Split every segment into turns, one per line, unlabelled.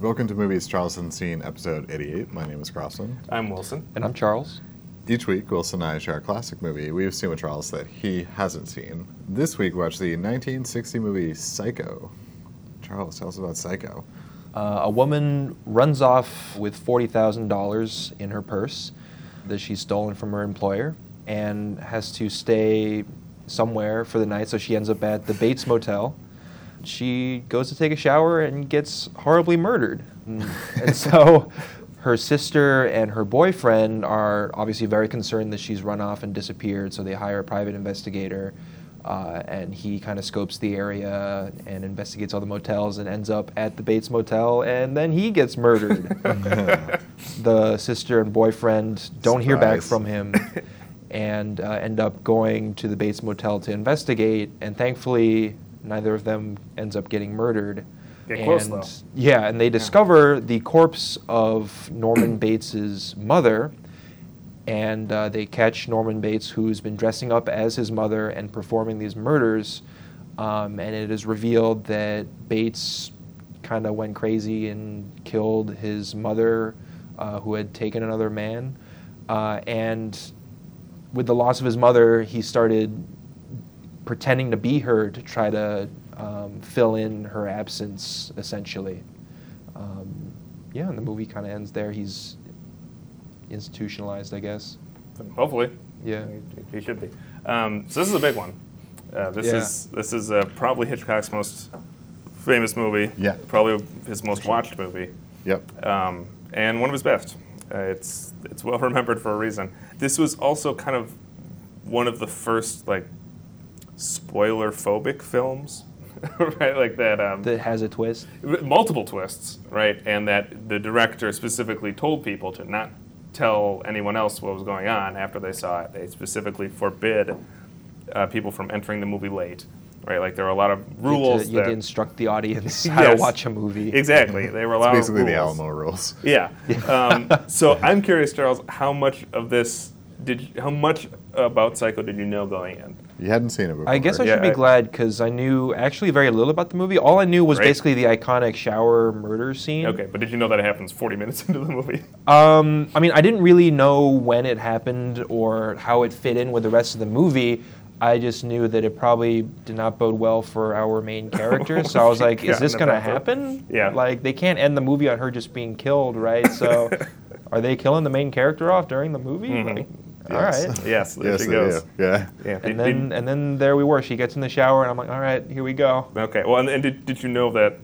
Welcome to Movies Charleston Scene, episode 88. My name is Crossland.
I'm Wilson.
And I'm Charles.
Each week, Wilson and I share a classic movie we have seen with Charles that he hasn't seen. This week, we watch the 1960 movie Psycho. Charles, tell us about Psycho.
Uh, a woman runs off with $40,000 in her purse that she's stolen from her employer and has to stay somewhere for the night, so she ends up at the Bates Motel. She goes to take a shower and gets horribly murdered. And and so her sister and her boyfriend are obviously very concerned that she's run off and disappeared, so they hire a private investigator. Uh, and he kind of scopes the area and investigates all the motels and ends up at the Bates Motel, and then he gets murdered. the sister and boyfriend don't hear back
Surprise.
from him and uh, end up going to the Bates Motel to investigate. And thankfully, neither of them ends up getting murdered.
Get close,
And-
though.
Yeah, and they discover the corpse of Norman Bates's mother, and uh, they catch Norman Bates, who's been dressing up as his mother and performing these murders. Um, and it is revealed that Bates kind of went crazy and killed his mother, uh, who had taken another man. Uh, and with the loss of his mother, he started pretending to be her to try to um, fill in her absence, essentially. Um, yeah, and the movie kind of ends there. He's institutionalized, I guess.
Hopefully,
Yeah.
he, he should be. Um, so this is a big one. Uh, this
Yeah.
is this is uh, probably Hitchcock's most famous movie.
Yeah.
Probably his most watched movie,
Yep.
um, and one of his best. Uh, it's it's well remembered for a reason. This was also kind of one of the first like spoiler phobic films, right? Like that. Um,
That has a twist.
multiple twists, right? And that the director specifically told people to not tell anyone else what was going on after they saw it. They specifically forbid uh, people from entering the movie late, right? Like there were a lot of
You had to-
rules.
You had to,
that-
instruct the audience how to
Yes.
watch a movie.
exactly, they were a lot
It's basically
of
the
rules.
Alamo rules.
Yeah. Um, so I'm curious, Charles, how much of this did you, how much about Psycho did you know going in?
You hadn't seen it before.
I guess I
Yeah,
should be
I-
glad because I knew actually very little about the movie. All I knew was
Right.
basically the iconic shower murder scene.
Okay, but did you know that it happens 40 minutes into the movie?
Um, I mean, I didn't really know when it happened or how it fit in with the rest of the movie. I just knew that it probably did not bode well for our main character. So I was like, is this
Yeah,
going to
that's it.
happen?
Yeah.
Like, they can't end the movie on her just being killed, right? So are they killing the main character off during the movie? Like,
Yes.
All right.
Mm-hmm. Yes, there
yes,
she
they
goes.
do. Yeah.
Yeah.
And
did-
then, and then there we were. She gets in the shower, and I'm like, all right, here we go.
Okay. Well, and, and did, did you know that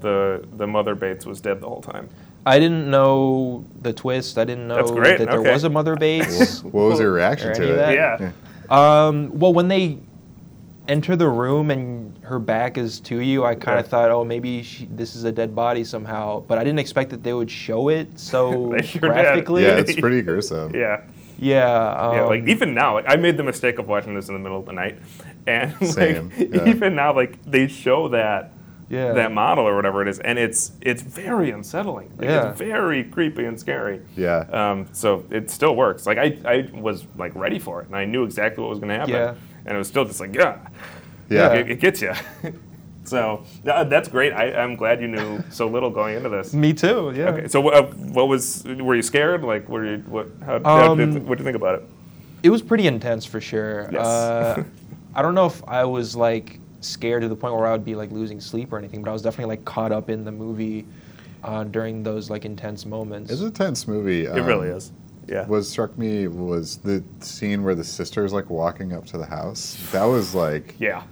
the the mother Bates was dead the whole time?
I didn't know the twist. I didn't know
That's great,
that there
okay.
was a Mother Bates.
What was your reaction
Or
to
any of
it?
that?
Yeah.
Um, well, when they enter the room and her back is to you, I kind
Yeah.
of thought, oh, maybe she, this is a dead body somehow. But I didn't expect that they would show it so
They sure did.
graphically.
Yeah, it's pretty gruesome.
Yeah.
Yeah. Um,
Yeah. like even now, like I made the mistake of watching this in the middle of the night, and
Same,
like
yeah.
even now, like they show that
yeah.
that model or whatever it is, and it's it's very unsettling. Like,
Yeah.
It's very creepy and scary.
Yeah.
Um, so it still works. Like I, I was like ready for it, and I knew exactly what was going to happen.
Yeah.
And it was still just like yeah,
Yeah.
It, it gets you. so uh, that's great. I, I'm glad you knew so little going into this.
Me too. Yeah.
Okay, so uh, what was? Were you scared? Like, were you? What? How, how did,
Um,
what do you think about it?
It was pretty intense for sure.
Yes.
Uh, I don't know if I was like scared to the point where I would be like losing sleep or anything, but I was definitely like caught up in the movie uh, during those like intense moments.
It's a tense movie.
it
um,
really is. Yeah.
What struck me was the scene where the sister's like walking up to the house. That was like
yeah.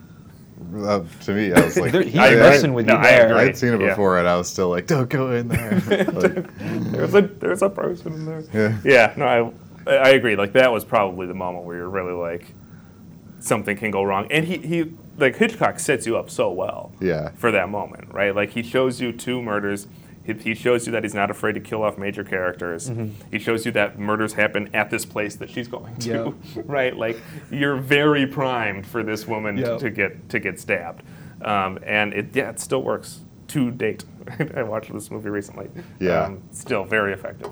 uh, to me. I was like,
There- he's
I,
messing
I,
with
no,
you
I
there.
agree.
I'd seen it
Yeah.
before, and I was still like, "Don't go in there." Like,
There's a there's a person in there.
Yeah.
Yeah. No, I I agree. Like that was probably the moment where you're really like, something can go wrong, and he he like Hitchcock sets you up so well.
yeah,
for that moment, right? Like he shows you two murders. He, he shows you that he's not afraid to kill off major characters. He shows you that murders happen at this place that she's going to, right? Like you're very primed for this woman
Yep.
to get to get stabbed, um, and it yeah, it still works to date. I watched this movie recently. Um,
Yeah.
still very effective.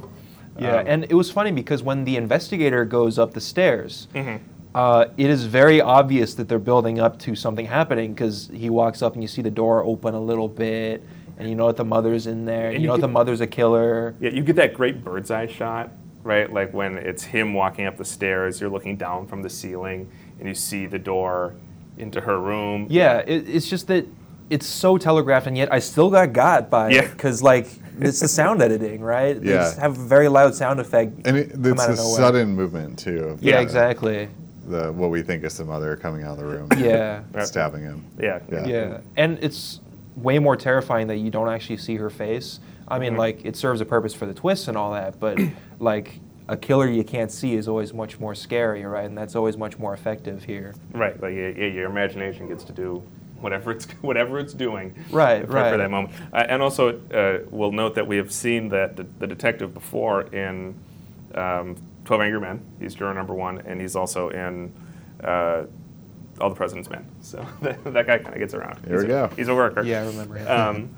Yeah,
Um,
and it was funny because when the investigator goes up the stairs,
Mm-hmm.
uh, it is very obvious that they're building up to something happening because he walks up and you see the door open a little bit,
and you know that the mother's in there.
And
You,
you
know that
get-
the mother's a killer.
Yeah, you get that great bird's eye shot, right? Like when it's him walking up the stairs, you're looking down from the ceiling and you see the door into her room.
Yeah, it, it's just that it's so telegraphed, and yet I still got got by
Yeah.
it because like it's the sound editing, right? They
Yeah.
just have a very loud sound effect.
And it, it's
out
the
of nowhere.
sudden movement too. Of
yeah,
the-
exactly.
The what we think is the mother coming out of the room.
Yeah.
Stabbing him.
Yeah.
Yeah.
Yeah, and it's way more terrifying that you don't actually see her face. I mean,
Mhm.
like it serves a purpose for the twists and all that, but like a killer you can't see is always much more scary, right? And that's always much more effective here.
Right. Like yeah, yeah, your imagination gets to do whatever it's whatever it's doing.
Right,
for,
right.
For that moment. Uh, and also, uh, we'll note that we have seen that the, the detective before in um, Twelve Angry Men. He's juror number one, and he's also in. Uh, all the president's men. So that, guy kind of gets around.
There
he's
we
a,
go.
He's a worker.
Yeah, I remember him.
Um,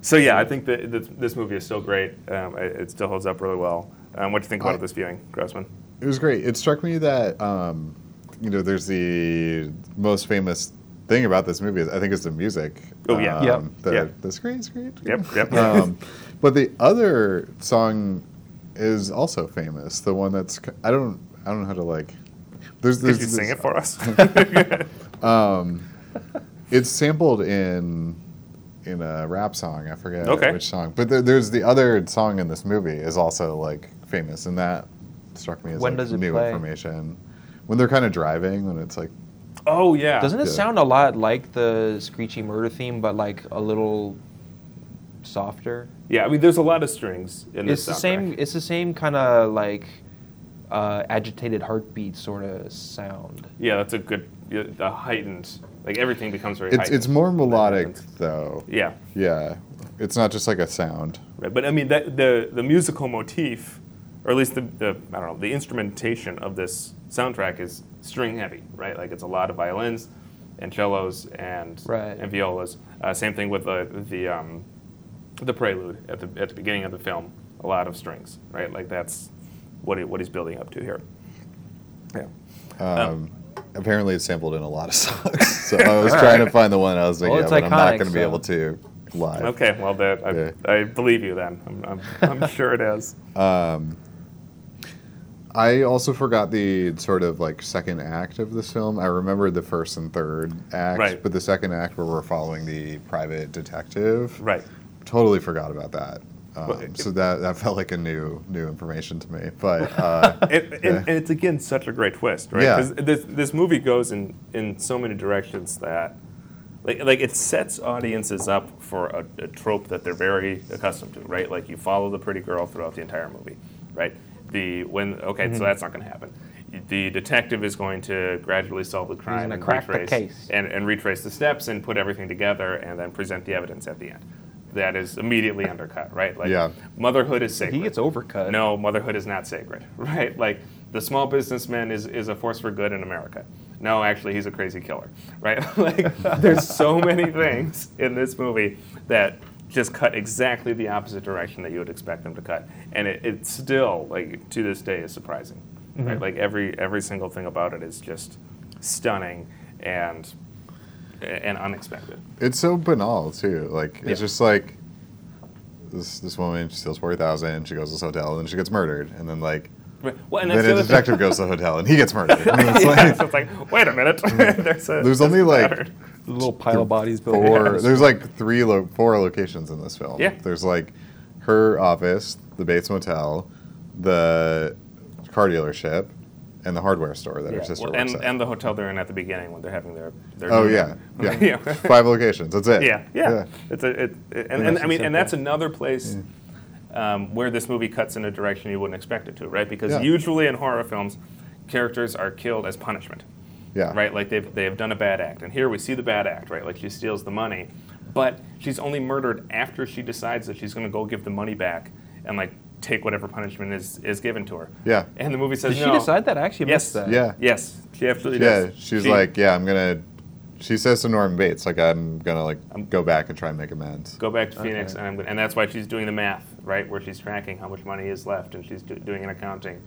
so yeah, I think that that this movie is so great. Um, it, it still holds up really well. Um, what do you think about
I-
this viewing, Grossman?
It was great. It struck me that um, you know, there's the most famous thing about this movie is I think is the music.
Oh, yeah.
um,
Yep.
The,
Yeah.
the screen screen.
Yep, yep.
um, but the other song is also famous. The one that's c- I don't I don't know how to like. There's,
Could
there's
you sing
this-
it for us?
Um, it's sampled in in a rap song. I forget
Okay.
which song, but there, there's the other song in this movie is also like famous, and that struck me as
When
like,
does it
new
play?
information. When they're kind of driving, when it's like
oh yeah.
Doesn't it
Yeah.
sound a lot like the screechy murder theme, but like a little softer?
Yeah, I mean, there's a lot of strings in this.
It's the
soundtrack.
same. It's the same kind of like uh, agitated heartbeat sort of sound.
Yeah, that's a good. yeah, The heightened, like everything becomes very.
it's it's
heightened
more
in that
melodic
sense.
though.
Yeah,
Yeah, it's not just like a sound.
right. But I mean, that, the the musical motif, or at least the, the I don't know, the instrumentation of this soundtrack is string heavy, right? Like it's a lot of violins, and cellos, and
Right.
and violas. Uh, same thing with the the um, the prelude at the at the beginning of the film. A lot of strings, right? Like that's what he, what he's building up to here. Yeah. Oh.
Um, apparently, it's sampled in a lot of songs. so I was trying to find the one. I was like,
Well,
yeah,
it's
but I'm not
iconic,
going to be
so-
able to live.
Okay, well, that, I,
Yeah.
I believe you then. I'm, I'm, I'm sure it is.
Um, I also forgot the sort of like second act of this film. I remembered the first and third act,
Right.
but the second act where we're following the private detective,
Right.
totally forgot about that. Um,
Well, it-
so that that felt like a new new information to me. But uh,
It, and,
Yeah.
and it's again such a great twist, right?
Yeah.
'Cause This, this movie goes in, in so many directions that, like, like it sets audiences up for a, a trope that they're very accustomed to, right? Like you follow the pretty girl throughout the entire movie, right? The when okay,
Mm-hmm.
so that's not going to happen. The detective is going to gradually solve the crime
gonna
and
crack the
retrace
case.
and, and retrace the steps and put everything together and then present the evidence at the end. That is immediately undercut, right? Like
Yeah.
motherhood is sacred.
He gets overcut.
Uh, No, motherhood is not sacred, right? Like the small businessman is, is a force for good in America. No, actually, he's a crazy killer, right? like there's so many things in this movie that just cut exactly the opposite direction that you would expect them to cut, and it, it still like to this day is surprising, right?
Mm-hmm.
Like every every single thing about it is just stunning and and unexpected.
it's so banal too. Like it's
Yeah.
just like this this woman she steals forty thousand. She goes to this hotel and she gets murdered. And then like
Right. Well, and
then
that's the
a
other thing.
detective goes to the hotel and he gets murdered. And it's
Yeah,
like- Mm-hmm.
so it's like, wait a minute. there's a,
There's only,
a
like,
pattern.
The little pile of bodies built.
Or there's like three, lo- four locations in this film.
Yeah.
There's like her office, the Bates Motel, the car dealership, and the hardware store that her
Yeah,
sister
well,
works
and,
at.
and the hotel they're in at the beginning when they're having their. their
oh
meeting.
yeah, yeah.
yeah.
Five locations. That's it.
yeah, yeah. It's a, it, it- and, and I mean, and
it's simple.
that's another place um, where this movie cuts in a direction you wouldn't expect it to, right? Because
Yeah.
usually in horror films, characters are killed as punishment,
Yeah.
right? Like they've they've done a bad act, and here we see the bad act, right? Like she steals the money, but she's only murdered after she decides that she's going to go give the money back and like take whatever punishment is is given to her.
Yeah.
And the movie says
Did she
no.
decide that? I actually
Yes.
missed that.
Yeah.
Yes, she absolutely
Yeah.
does.
She's
She-
like, yeah, I'm gonna. She says to Norman Bates, like, I'm gonna like go back and try and make amends.
go back to Phoenix,
Okay.
and, I'm, gonna- and that's why she's doing the math, right? Where she's tracking how much money is left, and she's do, doing an accounting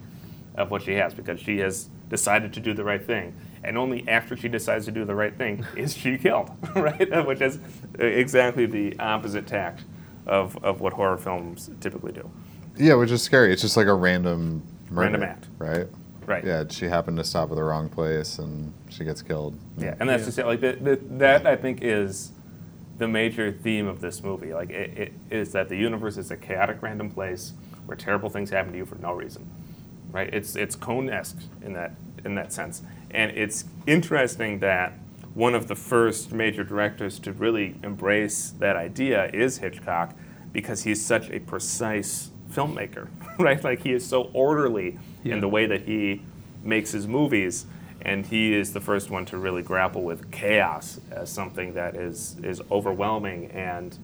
of what she has because she has decided to do the right thing. and only after she decides to do the right thing is she killed, right? Which is exactly the opposite tact of, of what horror films typically do.
Yeah, which is scary. It's just like a random murder,
Random act.
right?
Right.
Yeah, she happened to stop at the wrong place and she gets killed.
Yeah, and that's
Yeah.
just it. Like the, the, that, I think is the major theme of this movie. Like it, it is that the universe is a chaotic, random place where terrible things happen to you for no reason. Right? It's it's Cone-esque in that in that sense, and it's interesting that one of the first major directors to really embrace that idea is Hitchcock, because he's such a precise filmmaker. Right? Like he is so orderly
Yeah.
in the way that he makes his movies, and he is the first one to really grapple with chaos as something that is is overwhelming and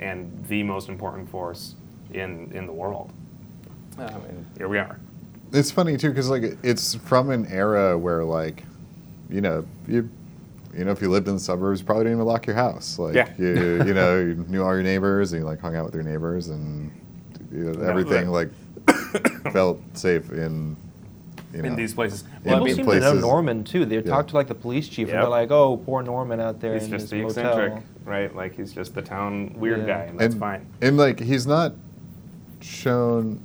and the most important force in in the world. Um, and here we are.
It's funny too because like it's from an era where like, you know, you, you know, if you lived in the suburbs, you probably didn't even lock your house. Like
Yeah.
you, you know, you knew all your neighbors and you like hung out with your neighbors and you know,
Yeah.
everything like felt safe in, you know,
in these places,
Yeah,
Well, I
these
People
mean,
seem to know
places-
Norman too. They talk to like the police chief, and
Yep.
they're like, "Oh, poor Norman out there
he's
in
just the
his
eccentric,
motel."
right? Like he's just the town weird
Yeah.
guy, and that's
and,
fine.
And like he's not shown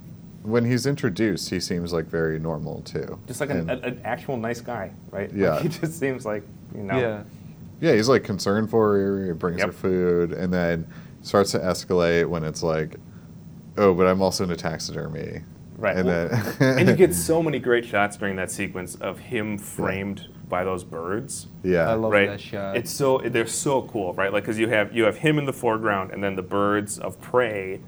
when he's introduced, he seems like very normal too.
Just like
And-
an, a, an actual nice guy, right? Like,
Yeah.
he just seems like you know.
Yeah,
Yeah, he's like concerned for her, he brings
Yep.
her food, and then starts to escalate when it's like, oh, but I'm also into taxidermy.
Right,
And
well-
then
and you get so many great shots during that sequence of him framed by those birds.
yeah.
I love
right?
that shot.
It's so they're so cool, right? Like because you have you have him in the foreground, and then the birds of prey,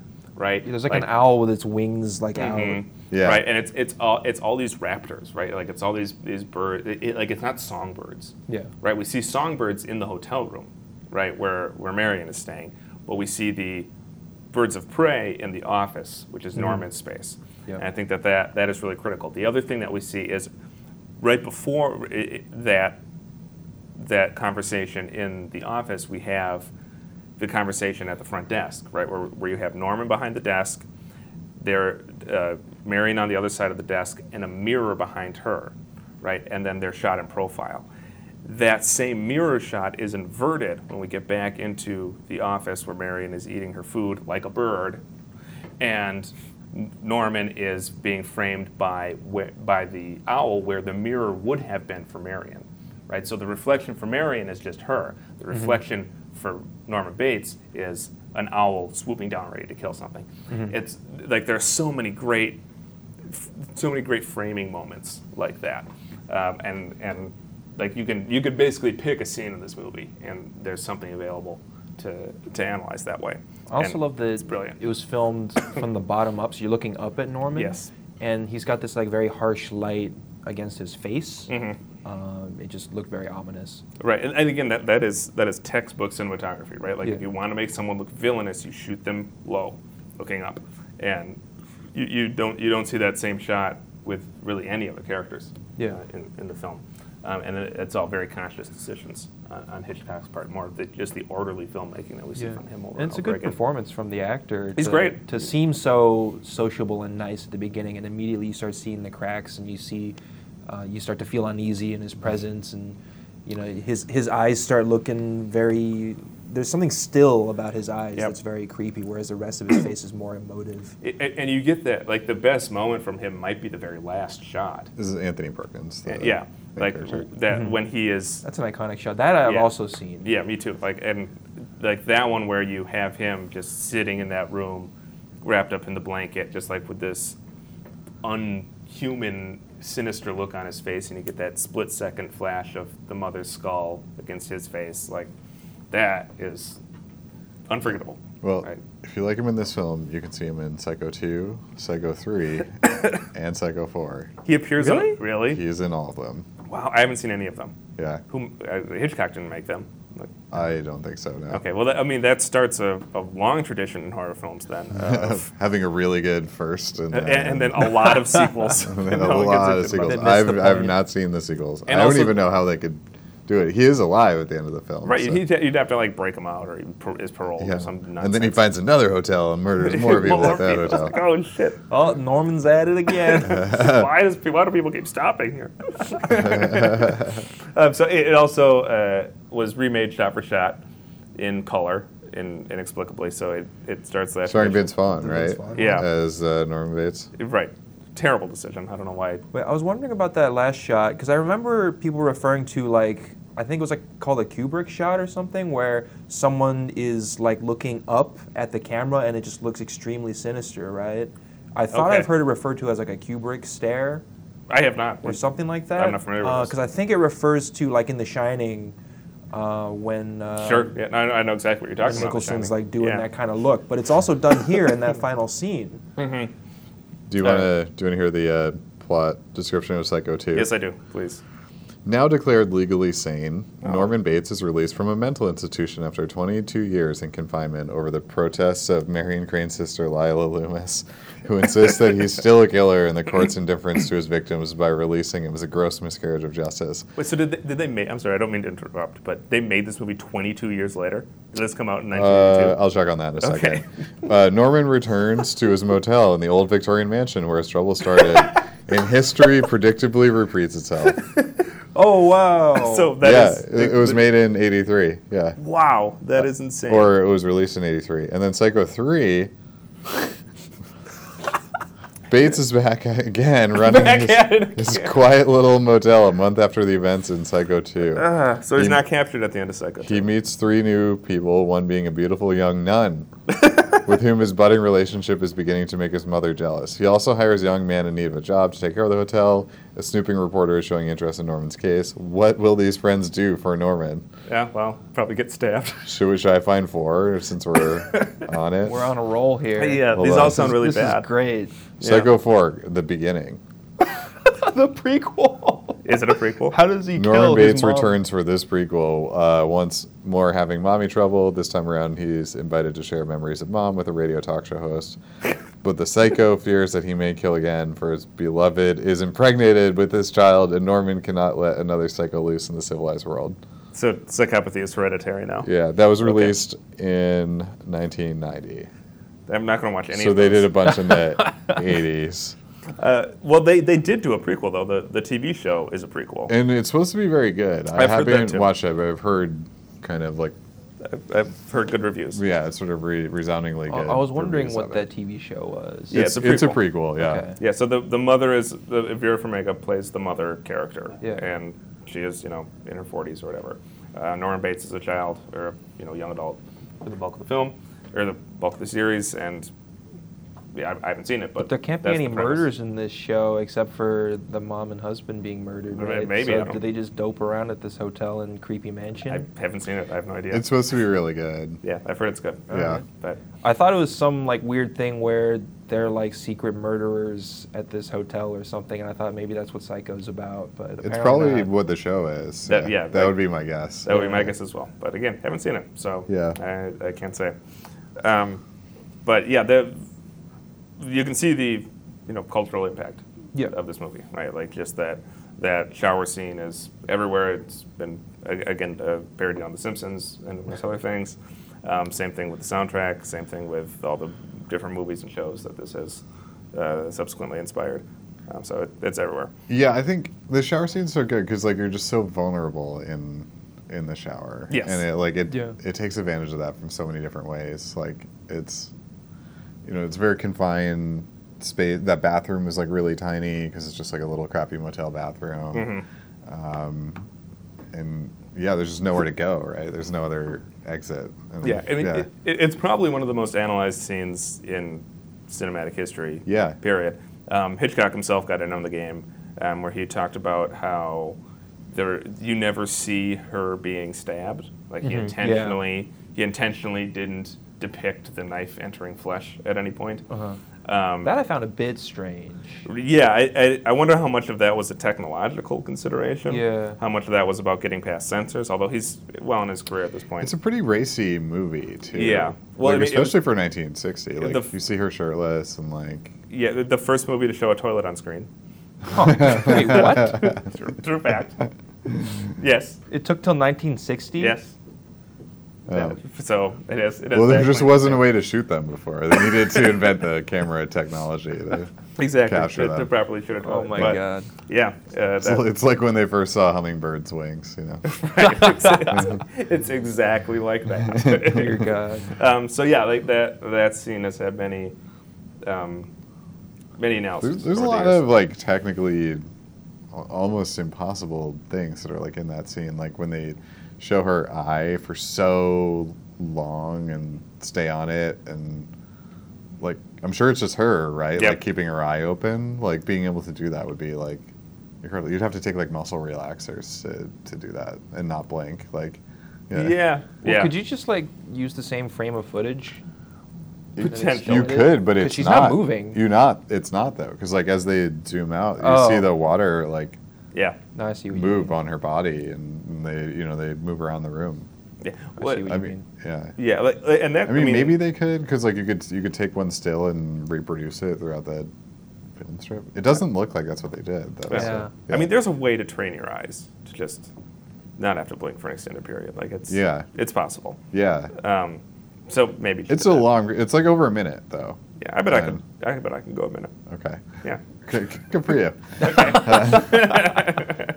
right?
There's like, an owl with its wings like out.
mhm,
Yeah.
Right, and it's it's all it's all these raptors, right? Like it's all these these birds. It, it- like it's not songbirds,
Yeah.
right? We see songbirds in the hotel room, right, where where Marion is staying, but we see the birds of prey in the office, which is Norman's space.
Yeah.
And I think that, that that is really critical. The other thing that we see is right before i i- that that conversation in the office, we have the conversation at the front desk, right, where, where you have Norman behind the desk, there, uh, Marion on the other side of the desk, and a mirror behind her, right, and then they're shot in profile. That same mirror shot is inverted when we get back into the office where Marion is eating her food like a bird, and Norman is being framed by wh- by the owl where the mirror would have been for Marion, right? So the reflection for Marion is just her.
Mm-hmm.
The reflection for Norman Bates is an owl swooping down, ready to kill something.
Mm-hmm.
It's like there are so many great, f- so many great framing moments like that, um, and and like you can you could basically pick a scene in this movie, and there's something available to to analyze that way.
I also
And
love the.
it's brilliant.
It was filmed from the bottom up, so you're looking up at Norman.
Yes.
And he's got this like very harsh light against his face.
Mhm.
Um, it just looked very ominous.
Right, and, and again, that, that is that is textbook cinematography, right? Like if
Yeah.
you want to make someone look villainous, you shoot them low, looking up, and you, you don't you don't see that same shot with really any of the characters
Yeah.
uh, in, in the film, um, and it, it's all very conscious decisions on, on Hitchcock's part, more of the, just the orderly filmmaking that we see from him over.
and it's a
over
good
again.
performance from the actor.
He's
to-
great.
To seem so sociable and nice at the beginning, and immediately you start seeing the cracks, and you see, uh, you start to feel uneasy in his presence, and you know his his eyes start looking very. There's something still about his eyes
Yep.
that's very creepy, whereas the rest of his face is more emotive.
It- and, and you get that like the best moment from him might be the very last shot.
This is Anthony Perkins. the
yeah,
main
like
character.
that
Mm-hmm.
when he is
That's an iconic shot that I've
Yeah.
also seen.
Yeah, me too. Like and like that one where you have him just sitting in that room, wrapped up in the blanket, just like with this unhuman, sinister look on his face, and you get that split second flash of the mother's skull against his face. Like that is unforgettable.
Well,
right?
if you like him in this film, you can see him in Psycho 2, Psycho 3, and Psycho 4.
he appears
Really?
on really.
He's in all of them.
Wow, I haven't seen any of them.
Yeah.
Whom uh, Hitchcock didn't make them. Like,
I don't think so, no.
Okay, well, that, I mean that starts a, a long tradition in horror films then. uh, Of,
Having a really good first and then,
and, and then a lot of sequels.
And then
No
a
one gets
lot of
into
sequels.
That
them.
missed
I've,
the
I've
point.
not seen the sequels.
And
I don't
also-
even know how they could do it. He is alive at the end of the film.
Right,
so-
he'd, you'd have to like break him out, or he par- is paroled
yeah.
or something.
And then he finds another hotel and murders more people at that
people. Like,
hotel.
oh shit!
Oh, Norman's at it again.
why does pe- why do people keep stopping here? um, so it, it also uh, was remade shot for shot in color, in, inexplicably. So it, it starts that.
Starring Vince Vaughn, right?
Vince Vaughn.
Yeah.
As uh, Norman Bates.
Right. Terrible decision. I don't know why.
Wait, I was wondering about that last shot because I remember people referring to like I think it was like called a Kubrick shot or something where someone is like looking up at the camera and it just looks extremely sinister, right? I thought
Okay.
I've heard it referred to as like a Kubrick stare
I have not.
or something like that.
Hmm. not familiar with this.
Because I think it refers to like in The Shining uh, when uh,
Sure. Yeah, no, I know- I know exactly what you're talking about.
Nicholson's
Shining.
like doing
Yeah.
that kind of look, but it's also done here in that final scene.
Do you
Uh,
want to do you want to hear the uh, plot description of Psycho 2?
Yes, I do. Please.
Now declared legally sane,
Oh.
Norman Bates is released from a mental institution after 22 years in confinement over the protests of Marion Crane's sister Lila Loomis, who insists that he's still a killer and the court's indifference to his victims by releasing him is a gross miscarriage of justice.
Wait. So did they, did they make? I'm sorry. I don't mean to interrupt, but they made this movie 22 years later. Did this come out in
Uh,
1982?
I'll check on that in a
Okay.
second. Uh, Norman returns to his motel in the old Victorian mansion where his trouble started, and history predictably repeats itself.
Oh wow!
so that
yeah,
is
it, it was made in '83. Yeah.
wow. That is insane.
or it was released in 83 and then psycho 3 bates is back again running
Back
his,
at it
his
again.
quiet little motel a month after the events in psycho 2
Ah, so he's
He-
not captured at the end of Psycho.
he meets three new people one being a beautiful young nun with whom his budding relationship is beginning to make his mother jealous he also hires a young man in need of a job to take care of the hotel a snooping reporter is showing interest in norman's case what will these friends do for norman
Yeah, well, probably get stabbed.
should, should i find four since we're on it
We're on a roll here.
yeah,
Hold
these
on.
all
uh, This
sound
is-
really
this
bad.
is great.
Psycho 4, the beginning.
the prequel.
Is it a prequel?
How does he
Norman
kill
Bates
his mom?
returns for this prequel, uh, once more having mommy trouble. This time around, he's invited to share memories of mom with a radio talk show host. But the psycho fears that he may kill again, for his beloved is impregnated with his child, and Norman cannot let another psycho loose in the civilized world.
so psychopathy is hereditary now.
Yeah, that was released in 1990.
I'm not going to watch any
so
of
they did a
those.
bunch in the 80s.
uh, well, they, they did do a prequel, though. The, the TV show is a prequel.
And it's supposed to be very good. I
I've heard that
haven't
too.
watched it, but I've heard kind of like
I've, I've heard good reviews.
Yeah, it's sort of re- resoundingly
I,
good.
I was wondering
reviews
what
of
that
it.
TV show was.
Yeah,
It's, it's a prequel, yeah.
Okay.
Yeah, so the, the mother is, the, Vera Farmiga plays the mother character.
Yeah.
And she is, you know, in her 40s or whatever. Uh, Norman Bates is a child, or, you know, young adult for the bulk of the film, or the bulk of the series, and yeah, I, I haven't seen it, but.
But there can't be
that's
any
the premise.
murders in this show except for the mom and husband being murdered.
May-
Right?
maybe, I
So
don't-
do they just dope around at this hotel and creepy
I
mansion?
haven't seen it. I have no idea.
It's supposed to be really good.
Yeah, I've heard it's good.
Yeah.
But
I, thought it was some like weird thing where they're like secret murderers at this hotel or something, and I thought maybe that's what Psycho's about. But
It's
apparently
probably
not.
what the show is.
That- yeah,
that
like-
would be my guess.
that would be my guess as well. But again, haven't seen it, so
Yeah.
I, I can't say. Um, but yeah, the you can see the you know cultural impact
Yeah.
of this movie, right? Like just that that shower scene is everywhere. It's been a- again a parody on The Simpsons and numerous other things. Um, same thing with the soundtrack. Same thing with all the different movies and shows that this has uh, subsequently inspired. Um, so it, it's everywhere.
Yeah, I think the shower scene's so good because like you're just so vulnerable in in the shower.
Yes.
And it like it
Yeah.
it takes advantage of that from so many different ways. Like it's you know, it's very confined space. That bathroom is like really tiny because it's just like a little crappy motel bathroom.
Mm-hmm.
Um, and yeah, there's just nowhere to go, right? There's no other exit. And,
Yeah, I mean,
yeah.
It, it, it's probably one of the most analyzed scenes in cinematic history.
Yeah.
Period. Um, Hitchcock himself got in on the game, um, where he talked about how there you never see her being stabbed. Like
Mm-hmm.
he intentionally he intentionally didn't depict the knife entering flesh at any point.
Uh-huh.
Um,
That I found a bit strange.
yeah, I, I, I wonder how much of that was a technological consideration.
Yeah.
How much of that was about getting past censors, although he's well in his career at this point.
It's a pretty racy movie too.
Yeah. Well,
Like,
I mean, it-
especially for 1960, like
the f-
you see her shirtless and like.
Yeah, the-
Oh,
the first movie to show a toilet on screen.
Huh. Wait, what?
True, true fact.
Um,
Yes.
It took till 1960.
Yes.
Oh.
So it is. It is.
Well, there
actually-
just wasn't a way to shoot them before. They needed to invent the camera technology. to
exactly.
capture
They-
them.
they properly should have.
Oh
done it,
my
but,
god.
Yeah. Uh,
It's,
that-
it's like when they first saw hummingbirds' wings, you know.
Right, it's- it's exactly like
Dear
that.
God.
um, so yeah, like that that scene has had many, um, many analyses.
There's, there's a
over the
lot
years.
of like technically al- almost impossible things that are like in that scene, like when they show her eye for so long and stay on it and like I'm sure it's just her, right?
Yep.
Like keeping her eye open, like being able to do that would be like incredible. You'd have to take like muscle relaxers to, to do that and not blink. Like
yeah. Yeah.
Well, could you just like use the same frame of footage?
You-
Potential.
You could, but
'Cause
it's
she's
not,
not moving.
You not. It's not though, because like as they zoom out, you
Oh.
see the water like
yeah.
No, I see what
move
you mean.
on her body, and, and they you know they move around the room.
Yeah.
I
Well,
see what
I
you
mean,
mean.
yeah.
yeah. Like, like, and that.
I mean, maybe they could, because like you could you could take one still and reproduce it throughout the film strip. It doesn't look like that's what they did. Though,
Yeah.
so-
I mean, there's a way to train your eyes to just not have to blink for an extended period. Like it's.
Yeah.
It's possible.
yeah.
Um, so maybe. she
It's a
did that.
long. It's like over a minute though.
Yeah. I bet I
time.
can. I bet I can go a minute.
Okay.
Yeah.
Good, good for you.
Okay.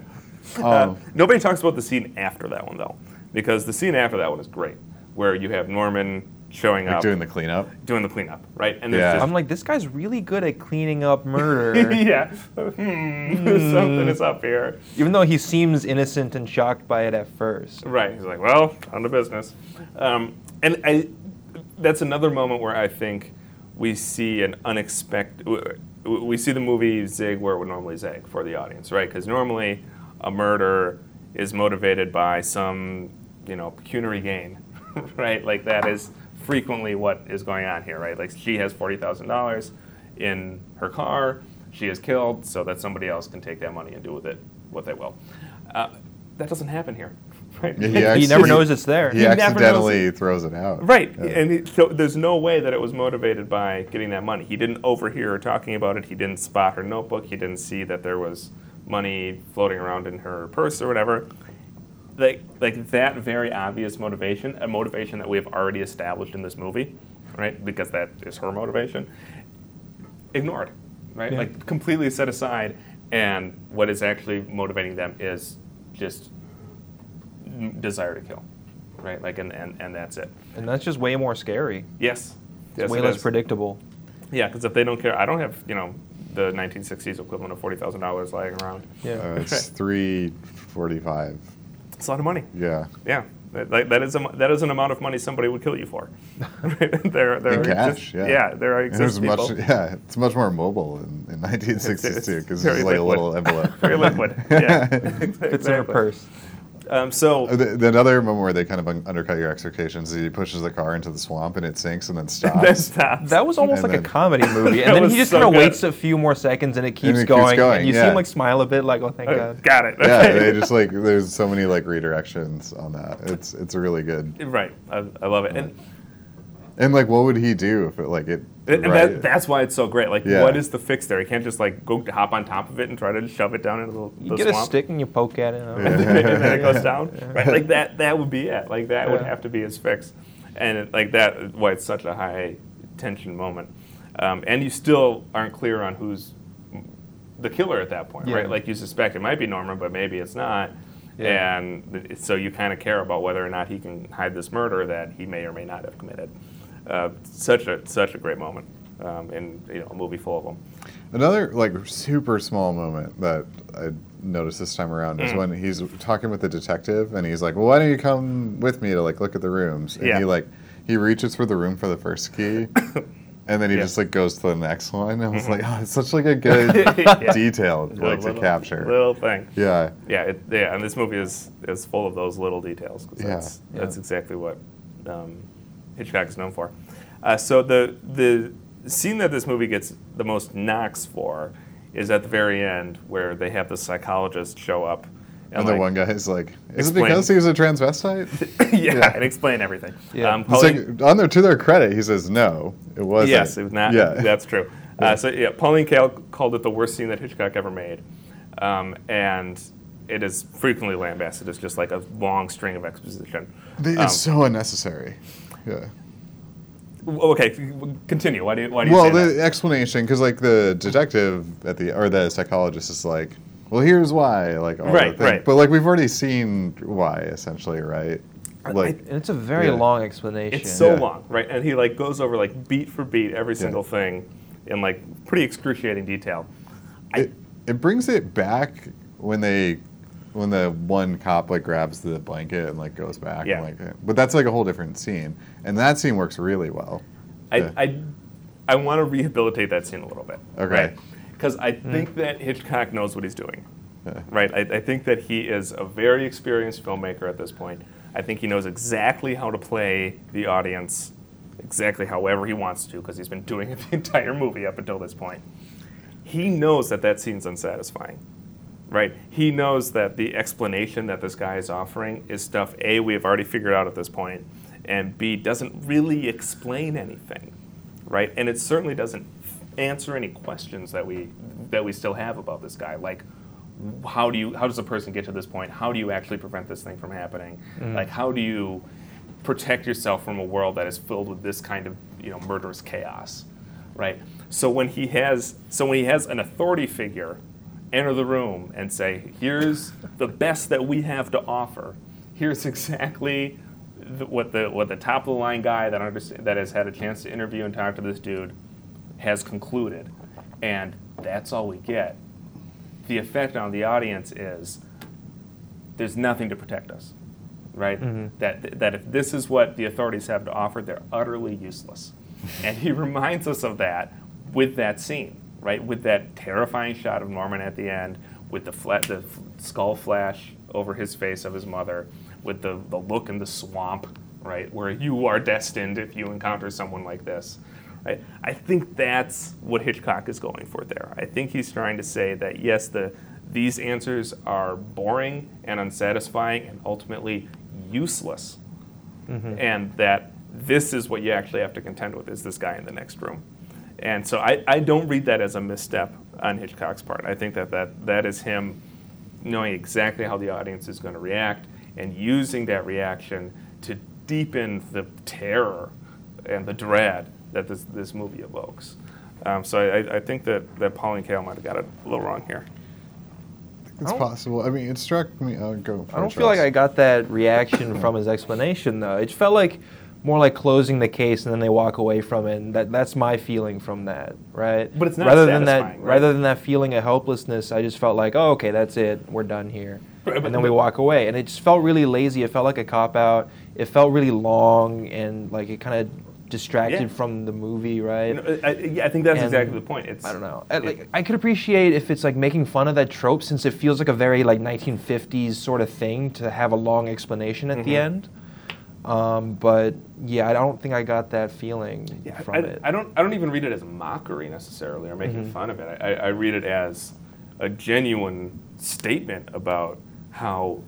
Uh,
Um,
nobody talks about the scene after that one though, because the scene after that one is great, where you have Norman showing
like
up,
doing the cleanup.
doing the cleanup, right? And there's
Yeah.
just
I'm like, this guy's really good at cleaning up murder,
yeah, hmm, something is up here,
even though he seems innocent and shocked by it at first.
right? He's like, well, on to business, um, and I, that's another moment where I think we see an unexpected, we see the movie zig where it would normally zag for the audience, right? Because normally a murder is motivated by some, you know, pecuniary gain, right? Like that is frequently what is going on here, right? Like she has forty thousand dollars in her car, she is killed, so that somebody else can take that money and do with it what they will. Uh, that doesn't happen here, right?
Yeah,
He
acc-
never knows it's there.
He
He never
accidentally throws it out.
Right,
Yeah.
and it, so there's no way that it was motivated by getting that money. He didn't overhear her talking about it. He didn't spot her notebook. He didn't see that there was money floating around in her purse or whatever. Like, like that very obvious motivation, a motivation that we have already established in this movie, right? Because that is her motivation. Ignored, right?
Yeah.
Like completely set aside, and what is actually motivating them is just n- desire to kill, right? Like, and, and, and that's it.
And that's just way more scary.
Yes.
It's
yes
way
it
less
is.
predictable.
Yeah, because if they don't care, I don't have you know the 1960s equivalent of forty thousand dollars lying around.
Yeah.
Uh, it's three forty-five.
It's a lot of money.
Yeah.
Yeah, that, like, that is a, mo- that is an amount of money somebody would kill you for. there, there
In
are
cash, yeah.
there are
And it was
exist
much,
people.
yeah, it's much more mobile in, in 1962
It's- it's
because
very
it's like a
liquid.
little envelope.
Very liquid. Yeah.
Fits in her
Exactly.
purse.
Um, so
Uh, The, the another moment where they kind of un- undercut your expectations is he pushes the car into the swamp and it sinks and then stops.
that stops.
That was almost
And
like a
then-
comedy movie,
That
and then
was
he just
so
kind of
good.
waits a few more seconds, and it keeps,
it keeps
going,
going,
And you see
yeah.
him like smile a bit, like, "Oh, thank
Uh,
God."
Got it.
yeah,
Okay.
they just like there's so many like redirections on that. It's it's really good.
right. I, I love it. And,
And like, what would he do if it like it?
And and
right-
that, that's why it's so great. Like,
Yeah.
what is the fix there? You can't just like go hop on top of it and try to shove it down into the,
You
the
get
swamp.
a stick and you poke at it. I
Yeah.
don't know.
and then it goes down. Right? Like that, that would be it. Like that would
Yeah.
have to be his fix. And it, like that, why it's such a high tension moment. Um, and you still aren't clear on who's the killer at that point,
Yeah.
right? Like you suspect it might be Norman, but maybe it's not.
Yeah.
And th- so you kind of care about whether or not he can hide this murder that he may or may not have committed. Uh, such a such a great moment um, in you know a movie full of them.
Another like super small moment that I noticed this time around is
Mm.
when he's talking with the detective and he's like, "Well, why don't you come with me to like look at the rooms?" And
Yeah.
he like he reaches for the room for the first key, and then he
Yeah. Mm-hmm.
just like goes to the next one. I was like, "Oh, it's such like a good
Yeah.
detail like to
Little-
capture."
little thing.
Yeah,
Yeah, it, yeah, and this movie is is full of those little details 'cause
Yeah.
that's
Yeah.
that's exactly what um, Hitchcock is known for. Uh, so the the scene that this movie gets the most knocks for is at the very end where they have the psychologist show up
and the
like,
one guy is like, "Is
explain-
it because he was a transvestite?"
yeah,
Yeah.
and explain everything.
Yeah.
Um,
It's
Pauline-
like on their to their credit, he says, "No, it wasn't."
Yes, it was not.
Yeah,
That's true. Uh, so yeah, Pauline Kael called it the worst scene that Hitchcock ever made, um, and it is frequently lambasted as just like a long string of exposition.
They-
Um,
it's so unnecessary. Yeah.
okay, continue. Why do you, why do you
well
say
the
that?
explanation because like the detective at the or the psychologist is like well here's why like all the
Right,
thing-
right.
but like we've already seen why essentially right like
And it's a very
Yeah.
long explanation.
It's so
Yeah.
long, right? And he like goes over like beat for beat every single thing in like pretty excruciating detail. I-
it, it brings it back when they when the one cop like grabs the blanket and like goes back
Yeah.
and like but that's like a whole different scene and that scene works really well Yeah.
I, I, I want to rehabilitate that scene a little bit.
Okay.
Because I think that Hitchcock knows what he's doing.
Yeah.
Right. I, I think that he is a very experienced filmmaker at this point. I think he knows exactly how to play the audience exactly however he wants to because he's been doing it the entire movie up until this point. He knows that that scene's unsatisfying. Right? He knows that the explanation that this guy is offering is stuff A, we have already figured out at this point, and B, doesn't really explain anything. Right? And it certainly doesn't answer any questions that we that we still have about this guy. Like how do you how does a person get to this point? How do you actually prevent this thing from happening? Like how do you protect yourself from a world that is filled with this kind of you know murderous chaos? right? So when he has, so when he has an authority figure enter the room and say, "Here's the best that we have to offer. Here's exactly the, what the what the top of the line guy that understand, that has had a chance to interview and talk to this dude has concluded," and that's all we get. The effect on the audience is there's nothing to protect us, right? That that if this is what the authorities have to offer, they're utterly useless. and he reminds us of that with that scene, right? With that terrifying shot of Norman at the end, with the flat, the f- skull flash over his face of his mother, with the the look in the swamp, right, where you are destined if you encounter someone like this. Right? I think that's what Hitchcock is going for there. I think he's trying to say that yes, the these answers are boring and unsatisfying and ultimately useless,
Mm-hmm.
and that this is what you actually have to contend with is this guy in the next room. And so I, I don't read that as a misstep on Hitchcock's part. I think that that, that is him knowing exactly how the audience is going to react and using that reaction to deepen the terror and the dread that this, this movie evokes. Um, so I, I- I think that, that Pauline Kael might have got it a little wrong here.
it's
don't-
possible i mean it struck me i'll go
I don't
first,
feel like I
Ross.
got that reaction from his explanation though. It felt like more like closing the case and then they walk away from it. And that that's my feeling from that, right?
But it's not
rather than that
satisfying, right?
rather than that feeling of helplessness. I just felt like, oh, okay, that's it. We're done here,
But-
and
but-
then we
but-
walk away. And it just felt really lazy. It felt like a cop out. It felt really long and like it kind of distracted
Yeah.
from the movie, right?
You know, I, I, yeah, I think that's
And-
exactly the point. It's,
I don't know. I,
it-
like, I could appreciate if it's like making fun of that trope, since it feels like a very like 1950s sort of thing to have a long explanation at the
Mm-hmm.
end. Um, but yeah, I don't think I got that feeling
Yeah, I-
from
I,
it. Mm-hmm.
I don't. I don't even read it as mockery necessarily or making fun of it. I, I, I read it as a genuine statement about how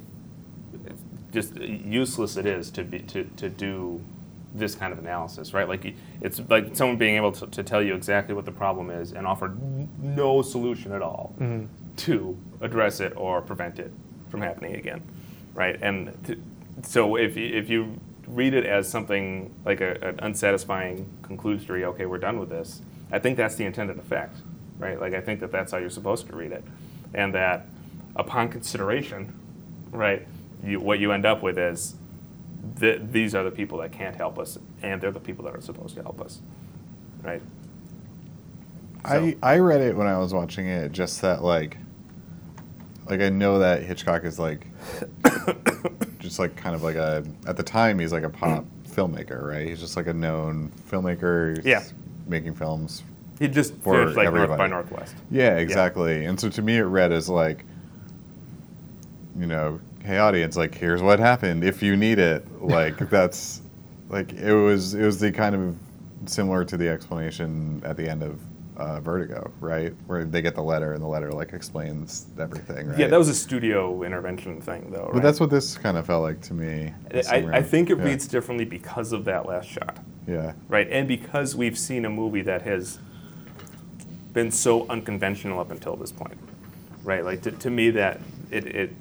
just useless it is to be to, to do this kind of analysis, right? Like it's like someone being able to, to tell you exactly what the problem is and offer n- no solution at all to address it or prevent it from happening again, right? And t so if you, if you read it as something like a, an unsatisfying conclusory, okay, we're done with this. I think that's the intended effect, right? Like I think that that's how you're supposed to read it, and that upon consideration, right? You, what you end up with is th- these are the people that can't help us, and they're the people that are supposed to help us, right?
I, I read it when I was watching it, just that like, like I know that Hitchcock is like, just like kind of like a at the time he's like a pop filmmaker, right? He's just like a known filmmaker. He's
Yeah.
making films.
He just
For
finished like North by
everybody.
Northwest.
Yeah, exactly. And so to me, it read as like, you know, hey audience, like here's what happened. If you need it, like that's, like it was it was the kind of similar to the explanation at the end of. Uh, Vertigo, right? Where they get the letter and the letter like explains everything, right?
Yeah, that was a studio intervention thing, though. Right?
But that's what this kind of felt like to me. in some
I, I
way.
think it
yeah.
reads differently because of that last shot,
Yeah,
right? And because we've seen a movie that has been so unconventional up until this point, right? Like to, to me, that it, it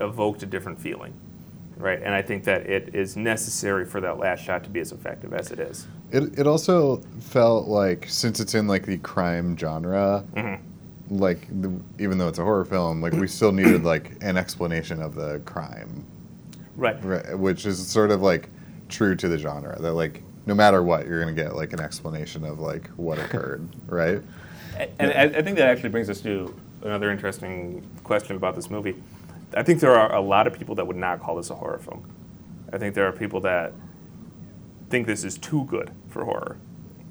evoked a different feeling, right? And I think that it is necessary for that last shot to be as effective as it is.
It, it also felt like since it's in like the crime genre,
Mhm.
like the, even though it's a horror film, like we still needed like an explanation of the crime,
Right.
right, which is sort of like true to the genre. That like no matter what, you're gonna get like an explanation of like what occurred, right?
And I, I think that actually brings us to another interesting question about this movie. I think there are a lot of people that would not call this a horror film. I think there are people that think this is too good for horror,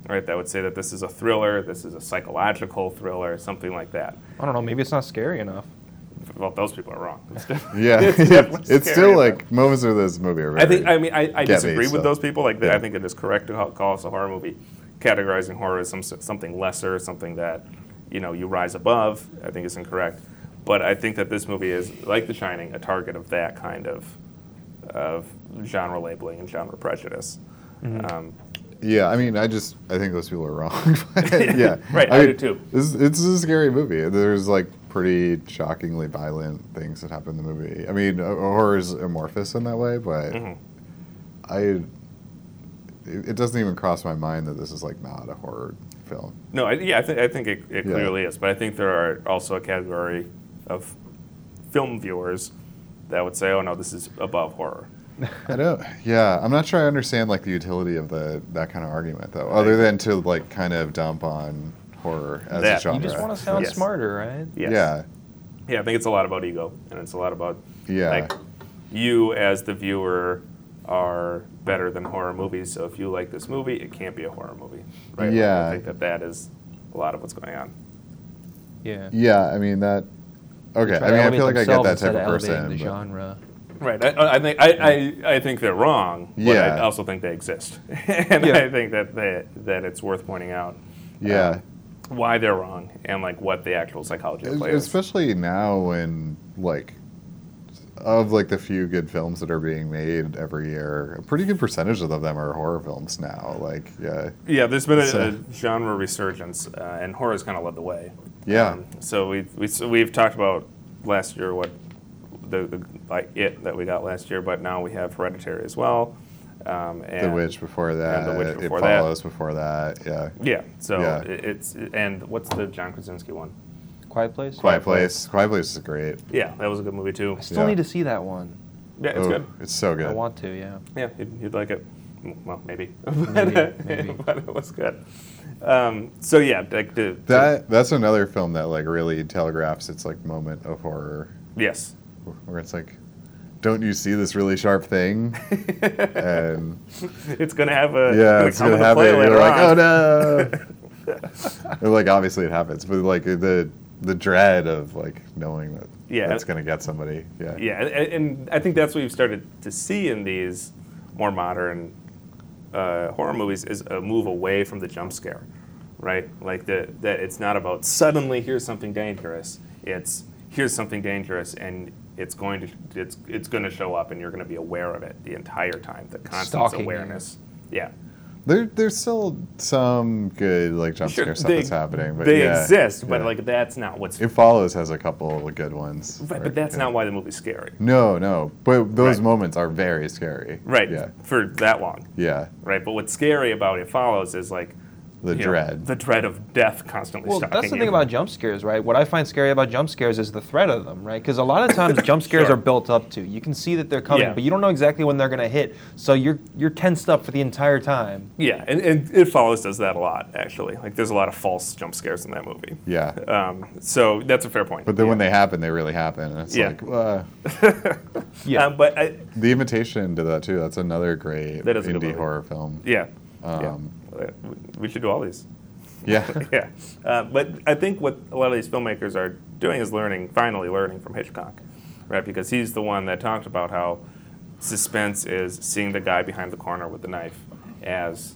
right? That would say that this is a thriller, this is a psychological thriller, something like that.
I don't know. Maybe it's not scary enough.
Well, those people are wrong. It's def-
Yeah,
it's
it's,
definitely scary,
still
but-
like moments of this movie are. Very
I think. I mean, I, I
get me,
disagree with
so-
those people. Like,
Yeah.
I think it is correct to call- call us a horror movie, categorizing horror as some, something lesser, something that you know you rise above. I think is incorrect. But I think that this movie is, like The Shining, a target of that kind of of genre labeling and genre prejudice.
Mm-hmm.
Um,
Yeah, I mean, I just I think those people are wrong. But, yeah,
Right, I do too.
This, is- it's a scary movie. There's like pretty shockingly violent things that happen in the movie. I mean, uh, horror is amorphous in that way, but
mhm.
I it, it doesn't even cross my mind that this is like not a horror film.
No, I, yeah, I think I think it, it
Yeah.
clearly is, but I think there are also a category of film viewers that would say, "Oh no, this is above horror."
I don't. Yeah, I'm not sure I understand like the utility of the that kind of argument though, other than to like kind of dump on horror as a
That. You
genre.
You just want to sound
Yes.
smarter, right?
Yes.
Yeah,
Yeah, I think it's a lot about ego, and it's a lot about
yeah.
like you as the viewer are better than horror movies. So if you like this movie, it can't be a horror movie, right? Like,
Yeah.
I think that that is a lot of what's going on.
Yeah.
Yeah, I mean that. Okay,
Try
I
to
mean I
elevate
feel like I get
themselves
that type
instead
of
elevating
person.
The
but-
genre.
Right. I, I think I, I, I think they're wrong. But I
Yeah.
also think they exist, and
Yeah.
I think that they, that it's worth pointing out
yeah, e-
why they're wrong and like what the actual psychology of
Es-
play is.
especially now when like of like the few good films that are being made every year, a pretty good percentage of them are horror films now. Like yeah,
Yeah, there's been a,
So-
a genre resurgence, uh, and horror's kind of led the way.
Yeah.
Um, so we we so we've talked about last year what the, the like it that we got last year, but now we have Hereditary as well. Um, and
The Witch before that,
The Witch before
It
that.
Follows before that, yeah.
Yeah. So
Yeah.
it- it's and what's the John Krasinski one?
Quiet Place.
Quiet Place. Quiet Place is great.
Yeah, that was a good movie too.
I still
Yeah.
need to see that one.
Yeah, it's
Oh,
good.
It's so good.
I want to. Yeah.
Yeah, you'd, you'd like it. M- Well, maybe.
Maybe, maybe.
but it was good. Um, so yeah, like the to-
that that's another film that like really telegraphs its like moment of horror,
yes.
where it's like, don't you see this really sharp thing? and
It's gonna have a
yeah, it's
come
gonna
into
happen.
play
and
later
You're like,
on.
oh no. And, like obviously it happens, but like the the dread of like knowing that
Yeah.
that's gonna get somebody. Yeah.
Yeah, and, and I think that's what we've started to see in these more modern uh, horror movies is a move away from the jump scare, right? Like the, that it's not about suddenly here's something dangerous. It's here's something dangerous, and it's going to it's it's going to show up, and you're going to be aware of it the entire time. The constant
stalking you.
awareness. Yeah,
There there's still some good like jump
Sure,
scare stuff
they-
that's happening, but
they
yeah,
exist, but
yeah.
like that's not what's.
It Follows has a couple of good ones.
right,
Or-
but that's
yeah.
not why the movie's scary.
No, no. But those
Right.
moments are very scary.
Right.
Yeah.
For that long.
Yeah.
Right. But what's scary about it follows is like
The
you know,
dread.
the dread of death constantly
Well,
stalking
that's the
you.
thing about jump scares, right? What I find scary about jump scares is the threat of them, right? Because a lot of times jump scares
Sure.
are built up to. You can see that they're coming,
Yeah.
but you don't know exactly when they're going to hit. So you're you're tensed up for the entire time.
Yeah, and, and it follows does that a lot actually. Like there's a lot of false jump scares in that movie.
yeah.
Um, so that's a fair point.
But then when they happen, they really happen. And it's
Yeah.
like, uh,
Yeah.
Um, but I,
The Invitation did that too. That's another great
That is a good
indie
movie.
horror film.
yeah,
Um,
yeah, Uh, we should do all these.
Yeah.
yeah, uh, but I think what a lot of these filmmakers are doing is learning, finally learning from Hitchcock, right? Because he's the one that talked about how suspense is seeing the guy behind the corner with the knife as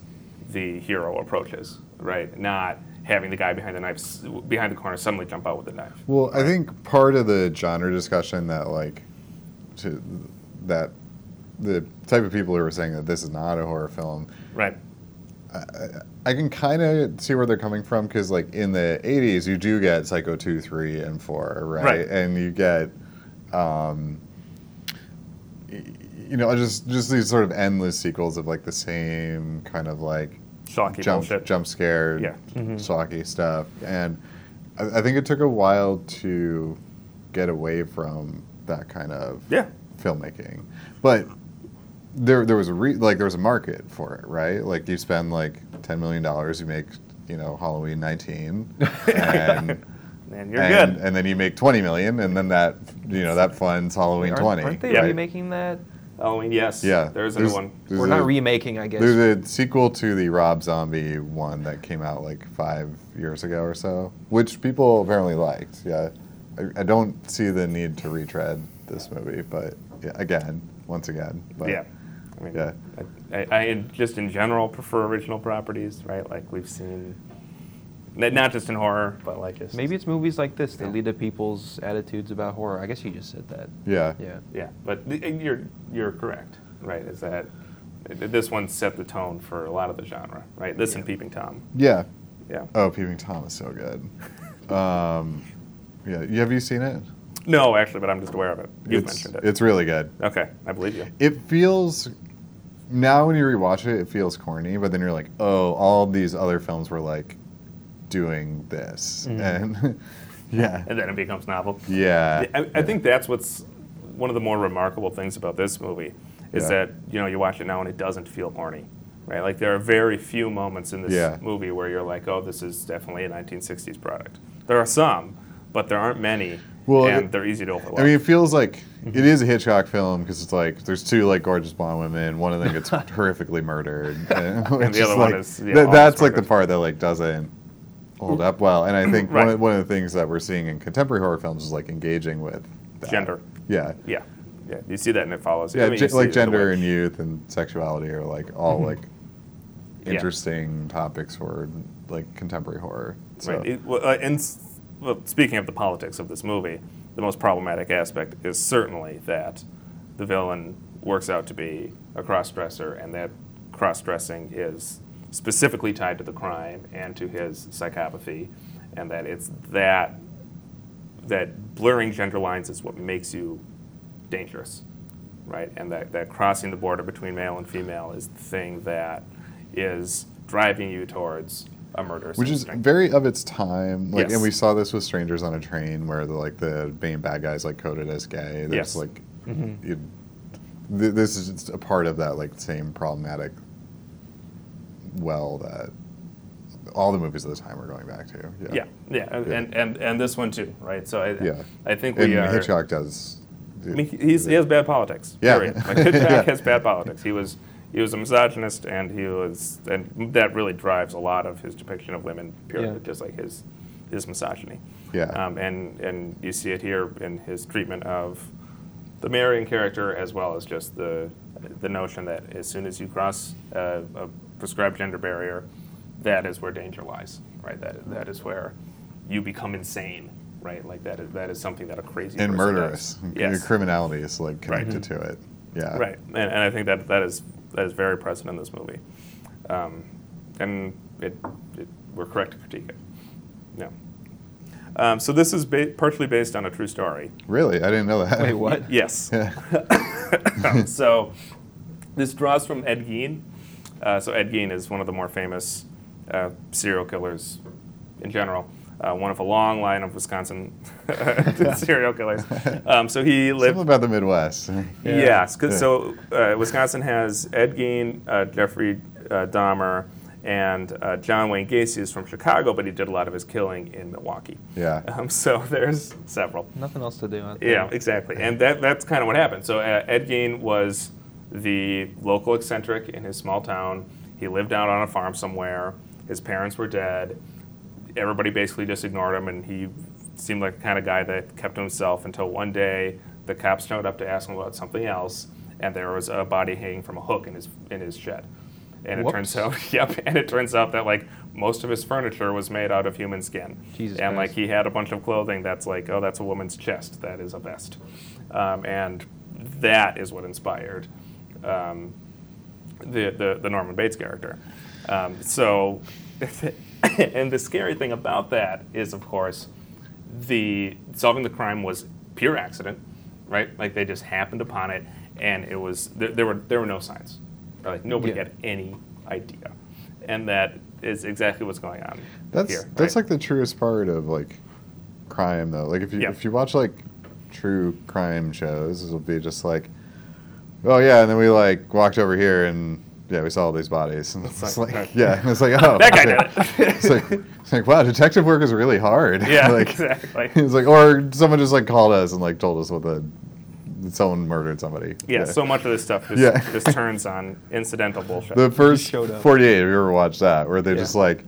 the hero approaches, right? Not having the guy behind the knife s- behind the corner suddenly jump out with the knife.
Well, I think part of the genre discussion that like to that the type of people who are saying that this is not a horror film,
Right.
I can kind of see where they're coming from because, like, in the 80s, you do get Psycho 2, 3, and 4, right?
Right.
And you get, um, y- you know, just just these sort of endless sequels of like the same kind of like
Shocky
jump
bullshit.
jump scare,
Yeah. Mm-hmm.
shocky stuff. And I, I think it took a while to get away from that kind of
Yeah.
filmmaking, but there there was a re- like there was a market for it, right? Like you spend like ten million dollars, you make you know Halloween nineteen, and
And you're
and,
good.
and then you make twenty million, and then that you know that funds Halloween
aren't,
twenty.
aren't they
Yeah.
remaking that?
Halloween, yes.
Yeah,
There's a new one.
there's
We're
a-
not remaking, I guess.
There's a sequel to the Rob Zombie one that came out like five years ago or so, which people apparently liked. Yeah, I, I don't see the need to retread this movie, but yeah, again, once again, but
yeah. I mean, uh,
yeah.
I, I, I just in general prefer original properties, right? Like we've seen, n- not just in horror, but like just
Maybe it's movies like this that
Yeah.
lead to people's attitudes about horror. I guess you just said that.
yeah,
Yeah.
yeah. But th- and you're you're correct, right? Is that th- this one set the tone for a lot of the genre, right? This and Peeping Tom,
yeah.
yeah.
Oh, Peeping Tom is so good. Um, yeah, you- have you seen it?
No, actually, but I'm just aware of it. You have
it's,
mentioned it.
It's really good.
okay, I believe you.
It feels now when you rewatch it, it feels corny, but then you're like, oh, all these other films were like doing this,
Mm-hmm.
and yeah,
And then it becomes novel.
yeah,
I, I think that's what's one of the more remarkable things about this movie is
Yeah.
that you know you watch it now and it doesn't feel horny, right? Like there are very few moments in this
Yeah.
movie where you're like, oh, this is definitely a 1960s product. There are some, but there aren't many,
Well,
and
it-
they're easy to overlook.
I mean, it feels like
Mm-hmm.
it is a Hitchcock film because it's like there's two like gorgeous blonde women, one of them gets horrifically murdered, and, it's
the other
just,
one
like-
is, yeah,
that-
almost
that's like the
murdered.
part that like doesn't hold up well, and I think one,
Right.
of, one of the things that we're seeing in contemporary horror films is like engaging with that.
gender,
yeah,
yeah, yeah. You see that and it follows.
yeah,
I mean,
ge-
you see it
like
in The
gender
Witch.
and youth and sexuality are like all like
Yeah.
interesting topics for like contemporary horror. So
Right. It- well, uh, and s- well, speaking of the politics of this movie, the most problematic aspect is certainly that the villain works out to be a cross-dresser, and that cross-dressing is specifically tied to the crime and to his psychopathy, and that it's that that blurring gender lines is what makes you dangerous, right? And that, that crossing the border between male and female is the thing that is driving you towards a murder.
which is
instinct.
very of its time. Like,
Yes.
and we saw this with Strangers on a Train, where the like the main bad guys like coded as gay. There's
Yes. Mm-hmm.
like, you, th- this is just a part of that like same problematic. Well, that all the movies of the time are going back to. Yeah.
Yeah, yeah, and
Yeah.
And, and, and this one too, right? So I,
Yeah.
I think
And
we are.
Hitchcock does.
I mean, he's, he has bad politics.
Yeah.
period. Like, Hitchcock
Yeah.
has bad politics. He was he was a misogynist, and he was, and that really drives a lot of his depiction of women. Period,
Yeah.
just like his his misogyny.
Yeah.
Um, and and you see it here in his treatment of the Marion character, as well as just the the notion that as soon as you cross a, a prescribed gender barrier, that is where danger lies. Right. That that is where you become insane. Right. Like that is that is something that a crazy
and
person
murderous.
does.
and
Yes.
Criminality is like connected to it. Yeah.
Right, and, and I think that that is that is very present in this movie, um, and it, it we're correct to critique it. Yeah. Um, so this is ba- partially based on a true story.
Really? I didn't know that.
Wait, what?
Yes.
Yeah.
so this draws from Ed Gein. Uh, so Ed Gein is one of the more famous uh, serial killers in general. Uh, one of a long line of Wisconsin serial killers. Um, so he lived.
Something about the Midwest.
Yeah.
Yes, 'cause
Yeah.
so uh, Wisconsin has Ed Gein, uh, Jeffrey uh, Dahmer, and uh, John Wayne Gacy is from Chicago, but he did a lot of his killing in Milwaukee.
Yeah.
Um, so there's several.
Nothing else to do. out
Yeah,
there.
exactly. And that, that's kind of what happened. So uh, Ed Gein was the local eccentric in his small town. He lived out on a farm somewhere. His parents were dead. Everybody basically just ignored him, and he seemed like the kind of guy that kept to himself until one day the cops showed up to ask him about something else, and there was a body hanging from a hook in his in his shed. And it turns out, yep. And it turns out that like most of his furniture was made out of human skin,
Jesus
and like
Christ.
he he had a bunch of clothing that's like, oh, that's a woman's chest. That is a vest. Um, and that is what inspired um, the, the, the Norman Bates character. Um, so, and the scary thing about that is, of course, the solving the crime was pure accident, right? Like they just happened upon it. and it was there, there were there were no signs. Like nobody
Yeah.
had any idea, and that is exactly what's going on.
That's
here,
that's
right?
like the truest part of like crime though. Like if you
Yeah.
if you watch like true crime shows, it'll be just like, oh yeah, and then we like walked over here and yeah, we saw all these bodies, and it's,
like-
like, yeah, and it's like oh
That guy
shit.
did it.
it's like it's like wow, detective work is really hard.
yeah,
like,
exactly.
It's like or someone just like called us and like told us what the someone murdered somebody.
Yeah, so much of this stuff just,
Yeah.
just turns on incidental bullshit.
The first
showed up.
48, have you ever watched that? Where they
Yeah.
just like,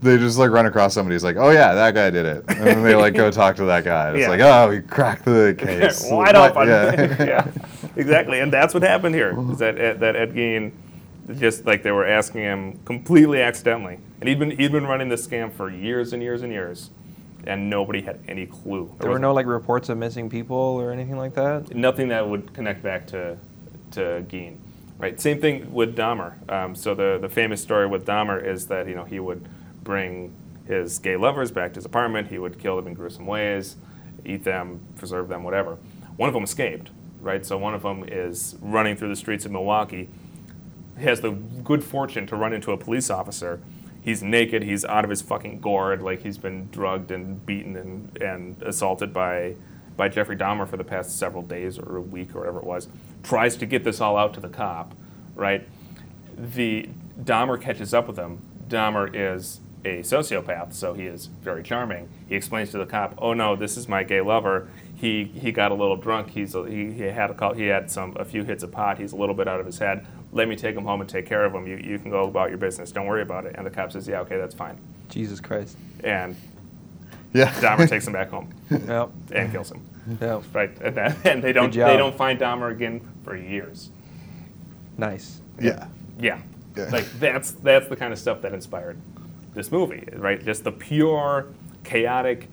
they just like run across somebody who's like, oh yeah, that guy did it. And then they like go talk to that guy. And
Yeah.
It's like, oh, he cracked the case.
Wide
What?
open. Yeah.
Yeah.
exactly. And that's what happened here. Is that Ed, that Ed Gein, just like they were asking him completely accidentally, and he'd been he'd been running this scam for years and years and years, and nobody had any clue.
There were no like reports of missing people or anything like that.
nothing that would connect back to to Gein, right? Same thing with Dahmer. Um, so the the famous story with Dahmer is that you know he would bring his gay lovers back to his apartment. He would kill them in gruesome ways, eat them, preserve them, whatever. One of them escaped, right? So one of them is running through the streets of Milwaukee. He has the good fortune to run into a police officer. He's naked. He's out of his fucking gourd. Like he's been drugged and beaten and, and assaulted by by Jeffrey Dahmer for the past several days or a week or whatever it was. Tries to get this all out to the cop, right? The Dahmer catches up with him. Dahmer is a sociopath, so he is very charming. He explains to the cop, "Oh no, this is my gay lover. He he got a little drunk. He's a, he, he had a call, he had some a few hits of pot. He's a little bit out of his head. Let me take him home and take care of him. You you can go about your business. Don't worry about it." And the cop says, "Yeah, okay, that's fine."
Jesus Christ.
And
yeah.
Dahmer takes him back home
Yep.
and kills him.
Yep.
Right, and, that, and they don't
job.
they don't find Dahmer again for years.
Nice.
Yeah.
Yeah.
Yeah.
Like that's that's the kind of stuff that inspired this movie, right? Just the pure chaotic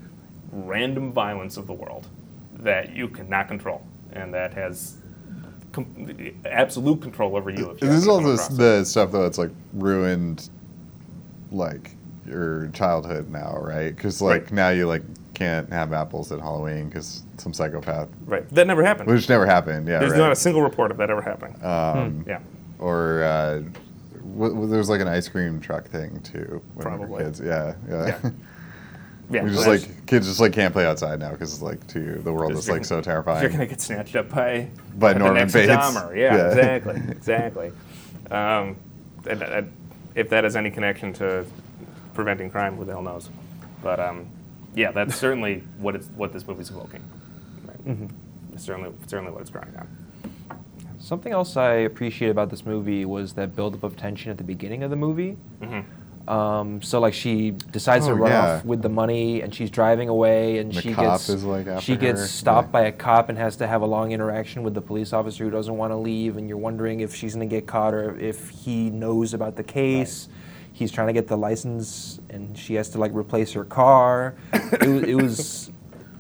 random violence of the world that you cannot control and that has com- absolute control over you. If you
This is
happen to
all
come
the,
across it.
the stuff though that's like ruined, like your childhood now, right? Because like
Right.
now you like can't have apples at Halloween because some psychopath,
right. That never happened.
which never happened. Yeah.
There's
right.
not a hmm. single report of that ever happening.
Um,
yeah.
or uh, w- w- there was like an ice cream truck thing too. When We
Probably.
were kids, yeah, yeah.
Yeah. Yeah.
we just
that's-
like kids just like can't play outside now because it's like too the world
Just
is like
you're-
so
You're
terrifying.
gonna get snatched up by
By
the
Norman
next
Bates.
Dahmer. Yeah,
Yeah.
exactly, exactly. Um, and, uh, if that has any connection to preventing crime, who the hell knows? But um, yeah, that's certainly what it's what this movie's evoking. Right?
Mm-hmm.
It's certainly certainly what it's drawing on.
Something else I appreciate about this movie was that buildup of tension at the beginning of the movie.
Mm-hmm.
Um, so like she decides
Oh,
to run
yeah.
off with the money, and she's driving away, and
The
she
cop
gets
is, like, after
she gets
her.
stopped
Yeah.
by a cop and has to have a long interaction with the police officer who doesn't want to leave, and you're wondering if she's going to get caught or if he knows about the case. He's trying to get the license, and she has to like replace her car. it, wa- it was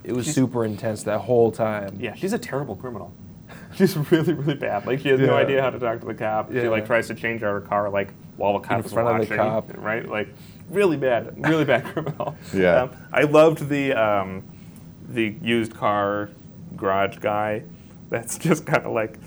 it was super intense that whole time.
Yeah, she's a terrible criminal. She's really, really bad. Like she has no
Yeah.
idea how to talk to the cop. She
Yeah.
like tries to change out her car like while the cop
In
is
front of the
watching,
cop.
right? Like really bad, really bad criminal.
Yeah.
Um, I loved the um, the used car garage guy. That's just kind of like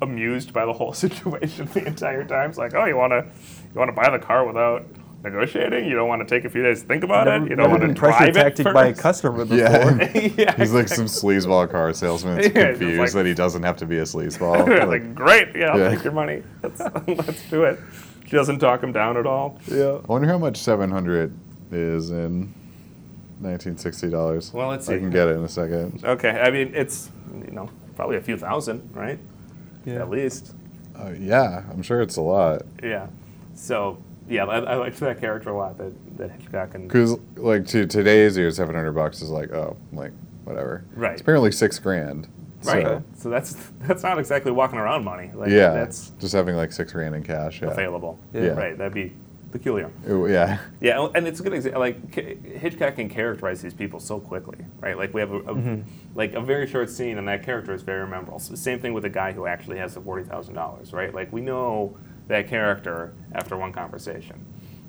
amused by the whole situation the entire time. It's like, oh, you wanna you wanna buy the car without negotiating? You don't want to take a few days to think about it. You don't
Never
want to
been pressure
drive
tactic
it
by a
first?
customer before.
yeah.
yeah,
He's like some sleazeball car salesman that's
Yeah, just
confused
like-
that he doesn't have to be a sleazeball.
like,
Like,
great, yeah, I'll
Yeah.
take your money. Let's, let's do it. She doesn't talk him down at all.
yeah.
I wonder how much 700 is in 1960 dollars.
Well, let's
I
see.
can get it in a second.
Okay, I mean it's you know probably a few thousand, right? At least,
Uh, yeah, I'm sure it's a lot.
yeah. So yeah, I, I liked that character a lot. That that Hitchcock and
Because like to today's ears, seven hundred bucks is like oh like whatever.
Right.
It's apparently six grand.
right.
So,
So. that's that's not exactly walking around money. Like,
yeah.
that's
just having like six grand in cash. Yeah.
available.
Yeah.
Right, that'd be peculiar.
Ooh, yeah.
Yeah, and- and it's a good example. Like K- Hitchcock can characterize these people so quickly, right? Like we have a, a-
Mm-hmm.
like a very short scene, and that character is very memorable. So same thing with the guy who actually has the forty thousand dollars, right? Like we know that character after one conversation,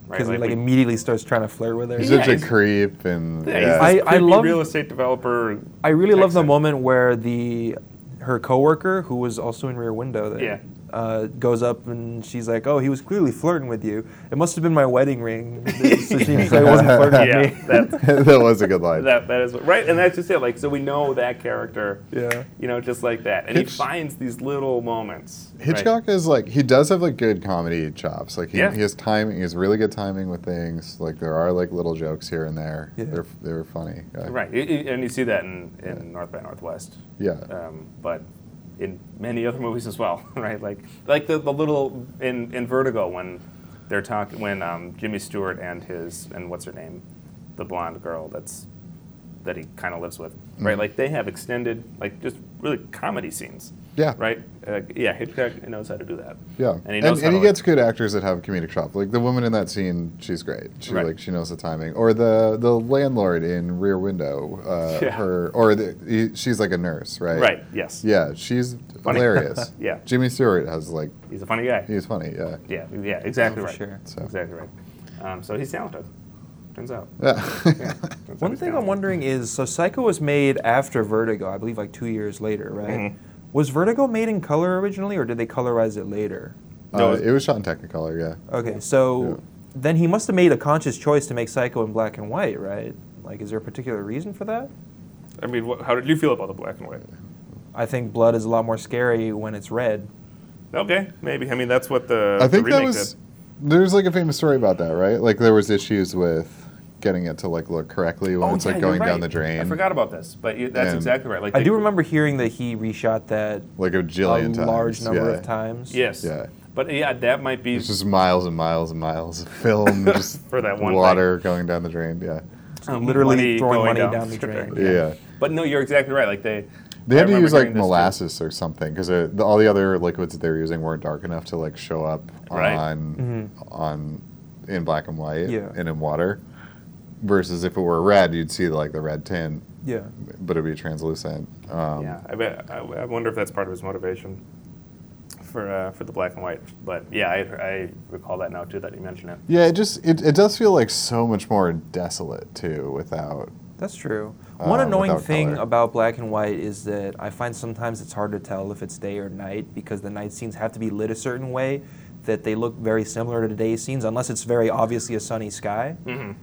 right?
Because he like
we-
immediately starts trying to flirt with her.
He's
Yeah,
such a
he's-
creep and
yeah,
yeah.
he's this
I- I
creepy
love-
real estate developer.
I really love the
accent.
moment where the her coworker, who was also in Rear Window, that
Yeah.
uh, goes up and she's like, "Oh, he was clearly flirting with you. It must have been my wedding ring." so she's like, "It wasn't flirting with
yeah,
me."
that,
that was a good line.
that that is right, and that's just it. Like so, we know that character.
Yeah.
You know, just like that, and
Hitch-
he finds these little moments. right?
Hitchcock is like he does have like good comedy chops. Like he,
Yeah.
he has timing. He has really good timing with things. Like there are like little jokes here and there.
Yeah.
They're they're funny. Uh,
Right, y- y- and you see that in, in North by Northwest,
Yeah.
um, but in many other movies as well, right? Like like the, the little in, in Vertigo when they're talking when um, Jimmy Stewart and his and what's her name, the blonde girl that's that he kind of lives with,
Mm.
right? Like they have extended like just really comedy scenes,
Yeah.
right? Uh, yeah, Hitchcock knows how to do that.
Yeah.
and he
and,
knows how
he
to, like-
gets good actors that have comedic chop. Like the woman in that scene, she's great. She
Right.
like she knows the timing. Or the the landlord in Rear Window. Uh,
Yeah.
Her or the, he, she's like a nurse, right?
right. Yes,
Yeah, she's
Funny.
hilarious.
Yeah.
Jimmy Stewart has like
he's a funny guy.
he's funny. Yeah.
Yeah, yeah, exactly
for
right.
Oh, sure.
So.
Exactly right. Um, so he's talented. Turns out.
Yeah.
Turns out
One
he's
thing I'm
talented.
wondering is, so Psycho was made after Vertigo, I believe, like two years later, right?
Mhm.
Was Vertigo made in color originally, or did they colorize it later?
No,
Uh,
it-
it was shot in Technicolor. Yeah.
Okay, so
Yeah.
then he must have made a conscious choice to make Psycho in black and white, right? Like, is there a particular reason for that?
I mean, wh- how did you feel about the black and white?
I think blood is a lot more scary when it's red.
Okay, maybe. I mean, that's what the
I think
the
that
remake
was
did.
there's like a famous story about that, right? Like there was issues with getting it to like look correctly when
Oh,
it's
yeah,
like
you're
going down
right.
the drain.
I forgot about this, but you, that's
And-
exactly right. Like
I
they-
do remember hearing that he reshot that
Like a jillion
a
times.
large number
yeah.
of times.
Yes.
Yeah.
But yeah, that might be.
It's just miles and miles and miles of film, just
For that one
water going down the drain. Yeah.
um,
literally
money
throwing
going
money down the drain.
Yeah.
But no, you're exactly right. Like they.
They
I
had to
remember
use like
hearing this, too.
molasses or something because all the other liquids that they were using weren't dark enough to like show up
Right. Mm-hmm.
on on in black and white
Yeah.
and in water. Versus if it were red, you'd see like the red tint,
Yeah.
but it'd be translucent. Um,
yeah, I, bet, I, I wonder if that's part of his motivation for uh, for the black and white. But yeah, I, I recall that now too. That you mentioned it.
Yeah, it just it, it does feel like so much more desolate too without
That's true.
Uh,
One annoying
without
thing
color.
about black and white is that I find sometimes it's hard to tell if it's day or night because the night scenes have to be lit a certain way that they look very similar to today's scenes unless it's very obviously a sunny sky.
Mm-hmm.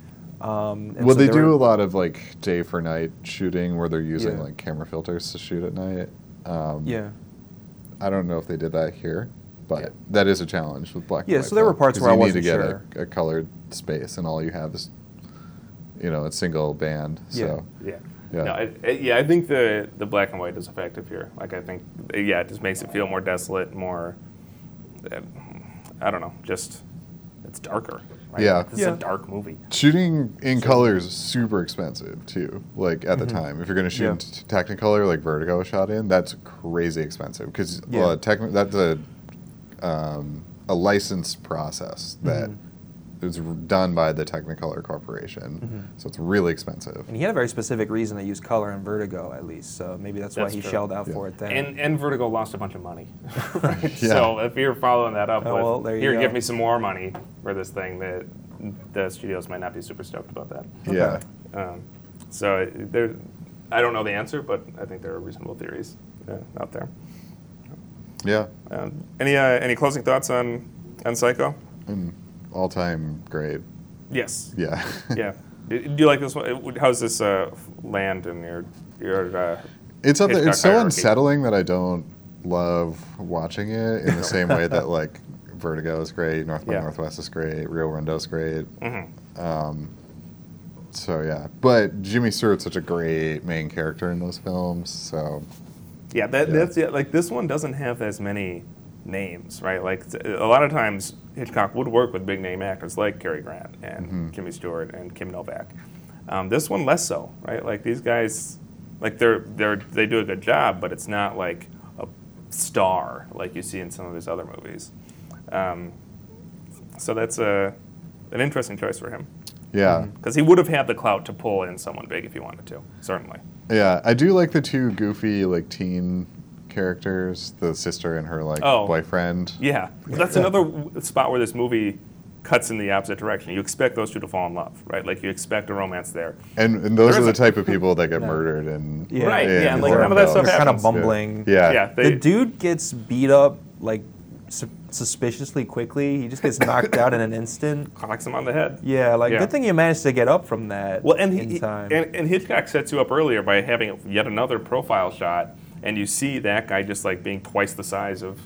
Um, and
Well,
so
they
there
do a
were-
lot of like day for night shooting where they're using
Yeah.
like camera filters to shoot at night. Um,
Yeah.
I don't know if they did that here, but
Yeah.
that is a challenge with black. and
Yeah,
white
so there were
film,
parts
'cause
where I
you
wasn't
need to get
sure.
a, a colored space, and all you have is, you know, a single band.
Yeah.
So
Yeah.
Yeah.
No, I, I, yeah, I think the, the black and white is effective here. Like, I think, yeah, it just makes it feel more desolate, more, uh, I don't know, just, it's darker. Right?
Yeah.
This
Yeah.
is a dark movie.
shooting in color is super expensive too. Like at the time, if you're going to shoot
Mm-hmm. Yeah.
in t- Technicolor, like Vertigo shot in, that's crazy expensive because
Yeah.
uh, techni- that's a um, a licensed process that
Mm-hmm.
is r done by the Technicolor Corporation, so it's really expensive.
And he had a very specific reason to use color in Vertigo, at least. So maybe that's,
That's
why he
true.
shelled out
Yeah.
for it then.
And, and Vertigo lost a bunch of money. right?
Yeah.
So if you're following that up
Oh,
with,
well, there you
here,
go.
give me some more money for this thing, that the studios might not be super stoked about that.
Yeah,
Um, so it- there, I don't know the answer, but I think there are reasonable theories uh, out there.
yeah,
Um, any uh, any closing thoughts on on Psycho?
and all time great.
Yes.
Yeah,
Yeah. Do do you like this one? How's this uh, land in your your? Uh,
It's up there.
Hitchcock
It's so
hierarchy.
unsettling that I don't love watching it in the same way that like Vertigo is great, North by
Yeah.
Northwest is great, Rio Rondo is great. um,
mhm.
So yeah, but Jimmy Stewart's such a great main character in those films. So
Yeah, that,
Yeah.
that's yeah. Like this one doesn't have as many names, right? Like th- a lot of times Hitchcock would work with big name actors like Cary Grant and Jimmy Stewart and Kim Novak. Um, this one less so, right? Like these guys, like they're they're they do a good job, but it's not like a star like you see in some of his other movies. Um, so that's a an interesting choice for him.
yeah,
Because he would have had the clout to pull in someone big if he wanted to, certainly.
yeah, I do like the two goofy like teen characters, the sister and her like
Oh.
boyfriend.
Yeah, that's another w- spot where this movie cuts in the opposite direction. You expect those two to fall in love, right? Like you expect a romance there.
And, and those
There
are the
isn't.
type of people that get
No.
murdered and
Yeah. Right,
yeah,
in
like,
horror
none of that stuff
films.
They're kind of
happens, yeah.
bumbling.
Yeah.
Yeah, they,
the dude gets beat up like su- suspiciously quickly. He just gets knocked out in an instant.
clocks him on the head.
Yeah, like
Yeah.
good thing you managed to get up from that.
Well, and, he,
in
he-
time.
and and Hitchcock sets you up earlier by having yet another profile shot, and you see that guy just like being twice the size of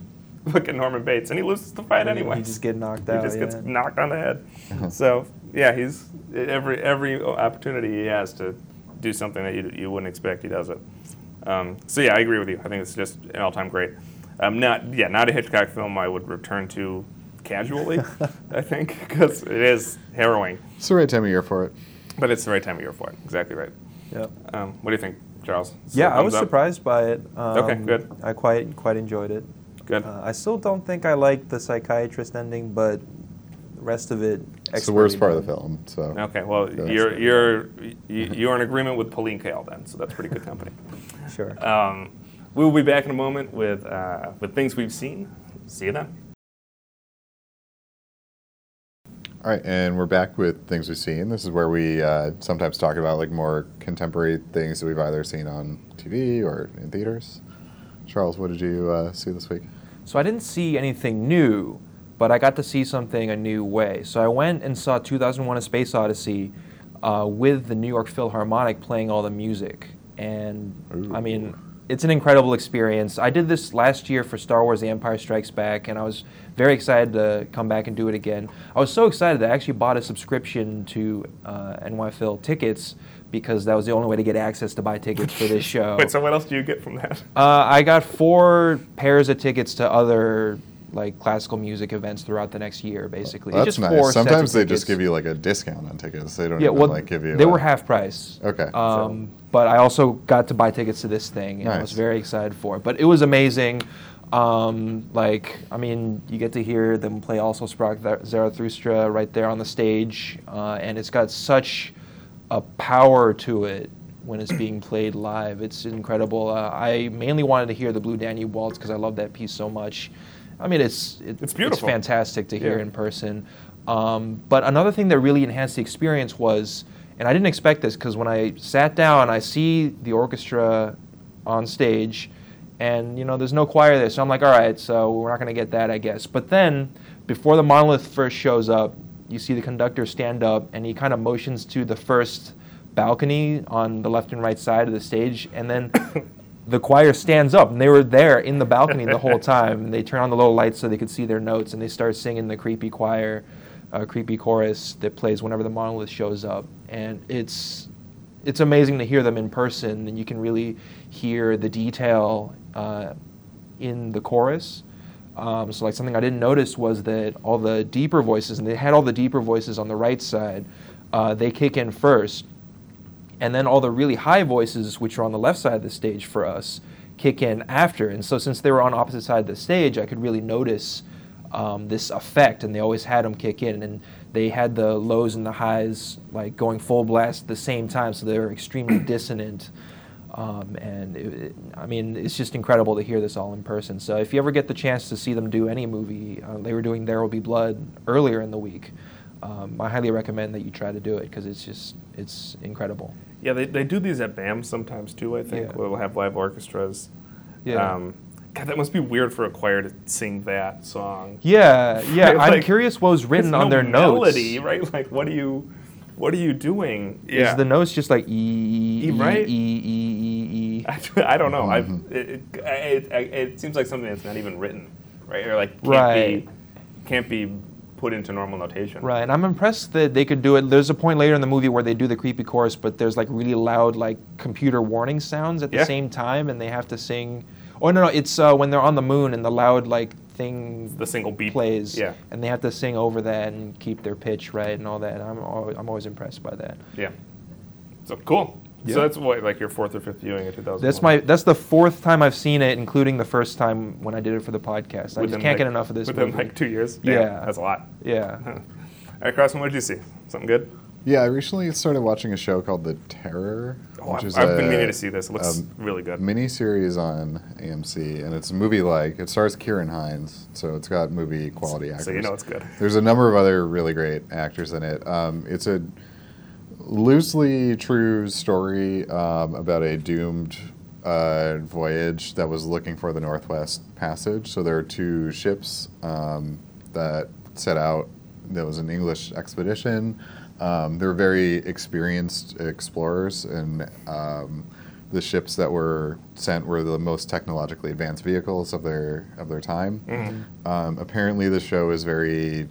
fucking Norman Bates, and he loses the fight
And
anyway.
you just get knocked
He
out.
just gets
yeah.
knocked on the head. so yeah, he's every every opportunity he has to do something that you, you wouldn't expect, he does it. Um, so yeah, I agree with you. I think it's just an all time great. Um, not yeah, not a Hitchcock film I would return to casually. I think because it is harrowing,
It's the right time of year for it.
but it's the right time of year for it. Exactly right.
Yeah.
Um, what do you think, Charles? Still
Yeah, I
thumbs
was
up?
surprised by it. Um,
Okay, good.
I quite quite enjoyed it.
Good.
Uh, I still don't think I like the psychiatrist ending, but the rest of it.
It's the worst
expertly
part of
done.
the film. So
okay. Well,
Yeah, that's
you're
fine.
you're you, you're in agreement with Pauline Kael then, so that's pretty good company.
Sure.
Um, we will be back in a moment with uh, with things we've seen. See you then.
All right, and we're back with things we've seen. This is where we uh, sometimes talk about like more contemporary things that we've either seen on TV or in theaters. Charles, what did you uh, see this week?
So I didn't see anything new, but I got to see something a new way. So I went and saw 2001: A Space Odyssey uh, with the New York Philharmonic playing all the music, and I mean. It's an incredible experience. I did this last year for Star Wars The Empire Strikes Back, and I was very excited to come back and do it again. I was so excited that I actually bought a subscription to uh, NYPhil tickets because that was the only way to get access to buy tickets for this
Oh.
show.
Wait, so what else do you get from that?
Uh, I got four pairs of tickets to other like classical music events throughout the next year, basically.
Well,
It's
that's
just four
nice.
sets of
Sometimes they just
tickets.
give you like a discount on tickets. They don't
yeah,
even
well,
like give you.
they
a-
were half price.
Okay.
Um, But I also got to buy tickets to this thing, and I was
Nice.
very excited for it. But it was amazing. Um, like, I mean, you get to hear them play also Sprach Tha- Zarathustra right there on the stage, uh, and it's got such a power to it when it's being played live. It's incredible. Uh, I
Mm-hmm.
mainly wanted to hear the Blue Danube Waltz because I love that piece so much. I mean, it's it-
It's beautiful.
fantastic fantastic to hear
Yeah.
in person. Um, but another thing that really enhanced the experience was, and I didn't expect this because when I sat down, I see the orchestra on stage, and you know, there's no choir there, so I'm like, all right, so we're not going to get that, I guess. But then, before the monolith first shows up, you see the conductor stand up, and he kind of motions to the first balcony on the left and right side of the stage, and then the choir stands up and they were there in the balcony the whole time and they turn on the little lights so they could see their notes and they start singing the creepy choir uh, creepy chorus that plays whenever the monolith shows up and it's it's amazing to hear them in person and you can really hear the detail uh, in the chorus um, so like something I didn't notice was that all the deeper voices and they had all the deeper voices on the right side uh, they kick in first and then all the really high voices, which are on the left side of the stage for us, kick in after. And so since they were on opposite side of the stage, I could really notice um, this effect, and they always had them kick in, and they had the lows and the highs like going full blast at the same time, so they were extremely dissonant. Um, and it, it- I mean, it's just incredible to hear this all in person. So if you ever get the chance to see them do any movie, uh, they were doing There Will Be Blood earlier in the week. Um, I highly recommend that you try to do it because it's just it's incredible.
Yeah, they, they do these at BAM sometimes too. I think
Yeah.
where we'll have live orchestras.
Yeah.
Um, God, that must be weird for a choir to sing that song.
yeah, yeah.
Right,
I'm
like,
curious what was written
There's
on
no
their
melody,
notes.
right? Like, what are you, what are you doing?
Is the notes just like e e e
Right?
e e e e?
I, I don't know. I've,
Mm-hmm.
it, it, I- it, I- it seems like something that's not even written, right? Or like can't
Right.
be can't be put into normal notation.
Right, and I'm impressed that they could do it. There's a point later in the movie where they do the creepy chorus, but there's like really loud like computer warning sounds at the
Yeah.
same time, and they have to sing. Oh no, no, it's uh, when they're on the moon and the loud like thing
The single beat
plays,
Yeah.
and they have to sing over that and keep their pitch right and all that. And I'm always, I'm always impressed by that.
Yeah. So cool.
Yeah.
So that's what like your fourth or fifth viewing in 2000.
That's my that's the fourth time I've seen it, including the first time when I did it for the podcast. I just can't get enough of this
Within
movie.
like two years. Damn,
Yeah.
that's a lot.
yeah.
All right, Carson, what did you see? Something good?
Yeah, I recently started watching a show called The Terror,
Oh,
which
I've,
is
I've been
a
meaning to see this. It looks
um,
really good.
mini series on AMC, and it's movie-like. It stars Kieran Hines, so it's got movie quality actors.
so you know it's good.
There's a number of other really great actors in it. Um, it's a loosely true story um, about a doomed uh, voyage that was looking for the Northwest Passage. So there are two ships um, that set out. There was an English expedition. Um, they were very experienced explorers, and um, the ships that were sent were the most technologically advanced vehicles of their of their time.
Mm-hmm.
Um, apparently, the show is very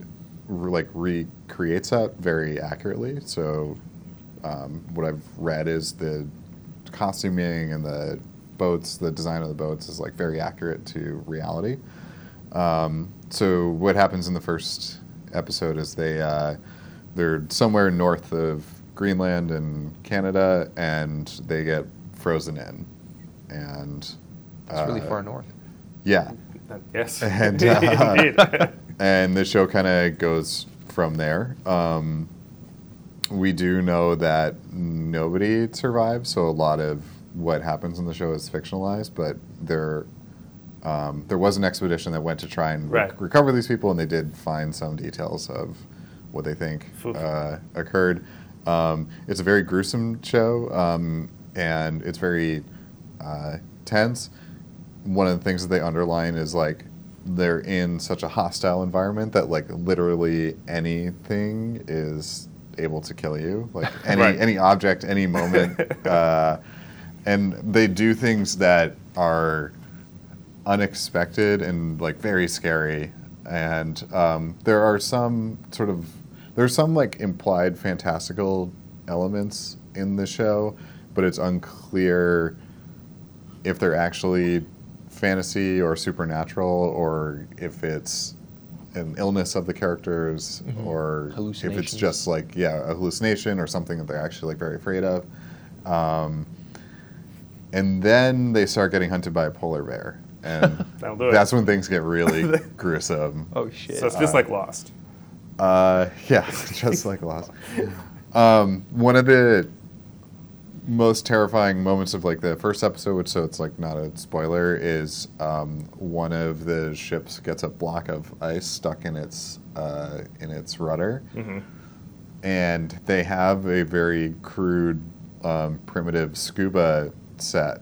r- like recreates that very accurately. So, um, what I've read is the costuming and the boats, the design of the boats is like very accurate to reality. Um, so, what happens in the first episode is they uh, they're somewhere north of Greenland and Canada, and they get frozen in, and
It's really
uh,
far north.
Yeah,
Yes.
And, uh,
Indeed.
and the show kind of goes from there. Um, we do know that nobody survives, so a lot of what happens in the show is fictionalized. But there, um, there was an expedition that went to try and rec-
Right.
recover these people, and they did find some details of what they think
Oof.
uh, occurred. Um, it's a very gruesome show, um, and it's very uh, tense one of the things that they underline is like they're in such a hostile environment that like literally anything is able to kill you like any
Right.
any object any moment uh, and they do things that are unexpected and like very scary and um, there are some sort of there's some like implied fantastical elements in the show but it's unclear if they're actually fantasy or supernatural or if it's an illness of the characters or if it's
Hallucinations.
just like yeah a hallucination or something that they're actually like very afraid of um, and then they start getting hunted by a polar bear and
That'll do it.
that's when things get really gruesome
Oh shit.
so it's just like Lost.
uh, yeah, just like Lost. Um, one of the most terrifying moments of like the first episode, which so it's like not a spoiler, is um, one of the ships gets a block of ice stuck in its uh, in its rudder, and they have a very crude, um, primitive scuba set,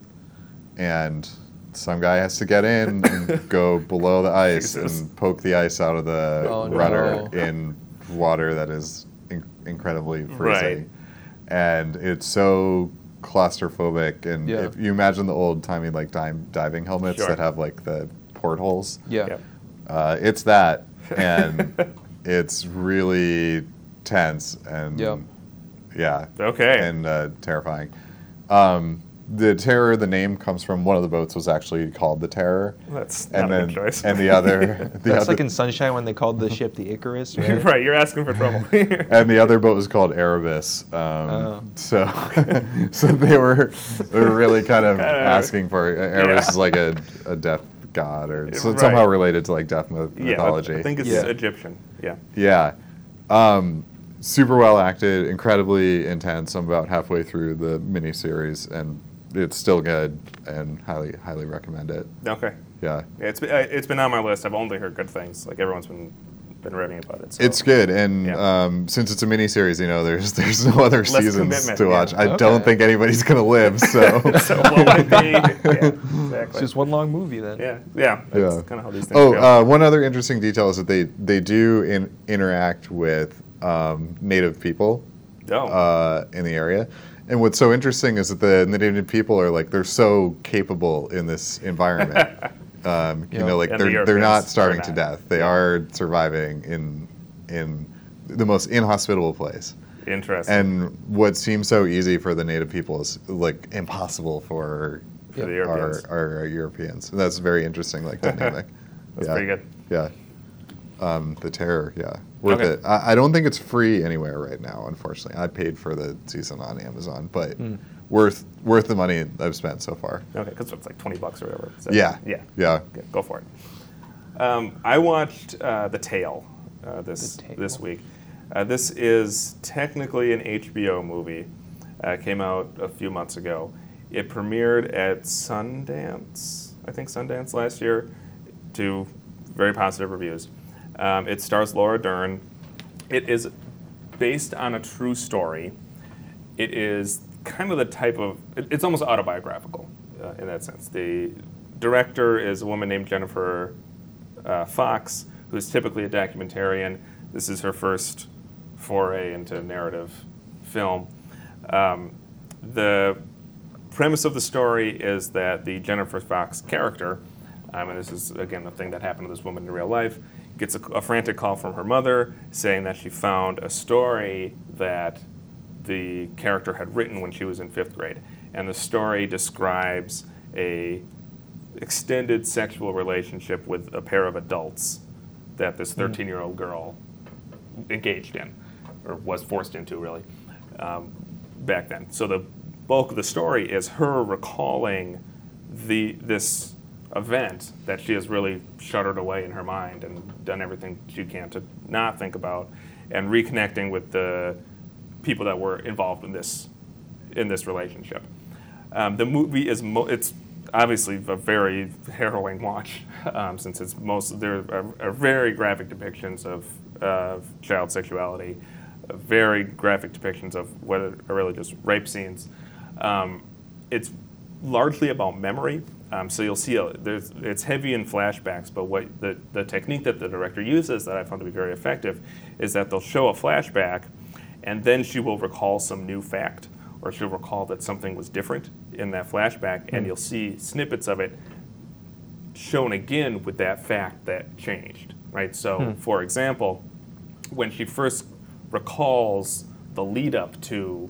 and some guy has to get in and go below the ice
Jesus.
and poke the ice out of the
Oh,
rudder
no.
in water that is in- incredibly freezing,
Right.
and it's so claustrophobic. And
Yeah.
if you imagine the old timey like dime, diving helmets
Sure.
that have like the portholes,
yeah.
Yep.
uh, it's that, and it's really tense and
Yep.
yeah,
Okay.
and uh, terrifying. Um, the terror, the name comes from one of the boats was actually called the Terror,
That's not
and
a good
then
choice.
and the other, the
That's
other
like in Sunshine when they called the ship the Icarus, right?
right, you're asking for trouble.
and the other boat was called Erebus. Um,
Oh.
So, so they were they were really kind of
Kinda-
asking for E-, Erebus
Yeah.
is like a, a death god or so
Right.
somehow related to like death myth-
yeah,
mythology.
I think it's
Yeah.
Egyptian. Yeah.
Yeah. Um, super well acted, incredibly intense. I'm about halfway through the miniseries, and it's still good, and highly highly recommend it.
Okay.
Yeah.
Yeah, it's been, uh, it's been on my list. I've only heard good things. Like everyone's been been raving about it. So.
It's good, and
Yeah.
um, since it's a miniseries, you know, there's there's no other seasons
commitment,
to
yeah.
watch. I don't
Okay.
think anybody's gonna live, so.
so what would it be? Yeah,
It's
exactly.
just one long movie then.
yeah, yeah. That's
Yeah.
kind of how these things
Oh,
go.
uh, one other interesting detail is that they they do in, interact with um, native people
oh.
uh, in the area. And what's so interesting is that the native people are like they're so capable in this environment. um, You
Yeah.
know, like
And the
they're they're not
Europeans
starving
are
to
not.
death. They are surviving in in the most inhospitable place.
Interesting.
And what seems so easy for the native people is like impossible for
for the
yeah,
Europeans.
our, our, Europeans. And that's very interesting, like dynamic.
That's
yeah.
pretty good.
Yeah. Um, the terror, yeah, worth
Okay.
it. I, I don't think it's free anywhere right now. Unfortunately, I paid for the season on Amazon, but
Hmm.
worth worth the money I've spent so far.
Okay, because it's like 20 bucks or whatever. So,
yeah,
Yeah.
yeah.
Okay, go for it. Um, I watched uh, The Tale uh, this
The Tale.
this week. Uh, this is technically an HBO movie. Uh, came out a few months ago. It premiered at Sundance, I think Sundance last year, to very positive reviews. Um, it stars Laura Dern. It is based on a true story. It is kind of the type of, it- it's almost autobiographical uh, in that sense. The director is a woman named Jennifer uh, Fox, who's typically a documentarian. This is her first foray into narrative film. Um, the premise of the story is that the Jennifer Fox character, um, and this is again a thing that happened to this woman in real life, gets a, a frantic call from her mother saying that she found a story that the character had written when she was in fifth grade, and the story describes a extended sexual relationship with a pair of adults that this 13 year old girl engaged in or was forced into really um, back then so the bulk of the story is her recalling the this event that she has really shuttered away in her mind and done everything she can to not think about and reconnecting with the people that were involved in this in this relationship um, the movie is mo- it's obviously a very harrowing watch um, since it's most there are, are very graphic depictions of, of child sexuality, uh, very graphic depictions of what are really just rape scenes. Um, it's largely about memory. Um, so you'll see a, there's, it's heavy in flashbacks, but what the, the technique that the director uses that I found to be very effective is that they'll show a flashback and then she will recall some new fact or she'll recall that something was different in that flashback and you'll see snippets of it shown again with that fact that changed right so for example when she first recalls the lead up to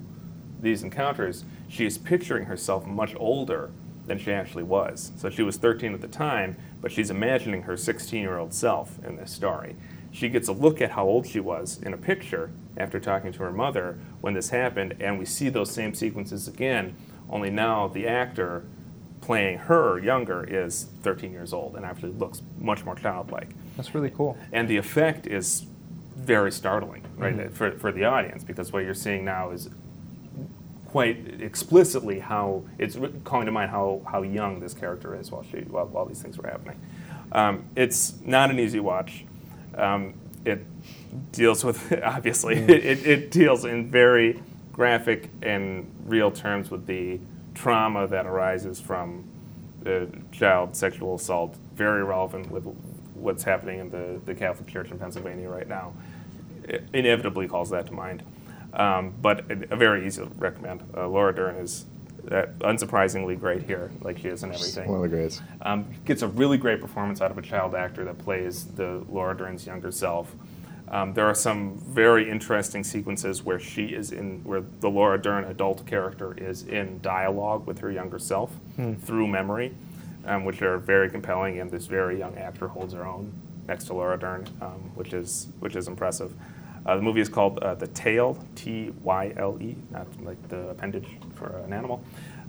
these encounters, she is picturing herself much older than she actually was. So she was 13 at the time, but she's imagining her 16 year old self in this story. She gets a look at how old she was in a picture after talking to her mother when this happened, and we see those same sequences again, only now the actor playing her younger is 13 years old and actually looks much more childlike
That's really cool.
and the effect is very startling right for, for the audience because what you're seeing now is quite explicitly how it's re- calling to mind how, how young this character is while she while, while these things were happening um, it's not an easy watch um, it deals with obviously it, it, it deals in very graphic and real terms with the trauma that arises from the child sexual assault very relevant with what's happening in the, the Catholic Church in Pennsylvania right now it inevitably calls that to mind um, but a, a very easy recommend uh, Laura Dern is uh, unsurprisingly great here like she is in everything
One of the greats.
um, gets a really great performance out of a child actor that plays the Laura Dern's younger self. Um, there are some very interesting sequences where she is in, where the Laura Dern adult character is in dialogue with her younger self through memory, um, which are very compelling. And this very young actor holds her own next to Laura Dern, um, which is which is impressive. Uh, the movie is called uh, The Tail, T Y L E, not like the appendage for an animal.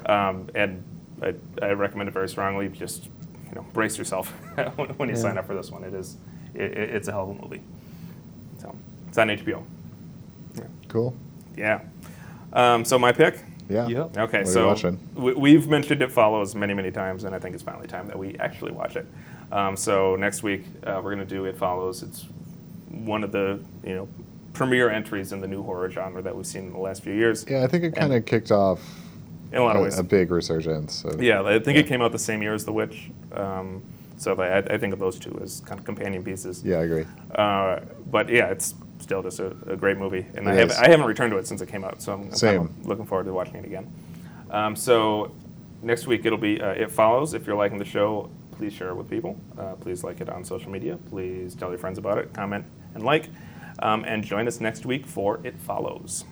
Um, and I, I recommend it very strongly. Just you know, brace yourself when, when you sign up for this one. It is, it, it- it's a hell of a movie. So it's on HBO.
Cool.
Yeah. Um, so my pick.
Yeah.
Yep.
Okay,
What are you
so
watching?
we, we've mentioned it follows many, many times, and I think it's finally time that we actually watch it. Um, so next week uh, we're going to do it follows. It's one of the you know premier entries in the new horror genre that we've seen in the last few years.
Yeah, I think it kind of kicked off
In a lot of ways,
big resurgence. Of,
Yeah, I think it came out the same year as The Witch. Um, so I, I think of those two as kind of companion pieces.
Yeah, I agree.
Uh, but yeah, it's still just a, a great movie, and I
It
haven't,
is.
I haven't returned to it since it came out, so I'm, I'm
Same.
kinda looking forward to watching it again. Um, so next week it'll be uh, It Follows. If you're liking the show, please share it with people. Uh, please like it on social media. Please tell your friends about it. Comment and like, um, and join us next week for It Follows.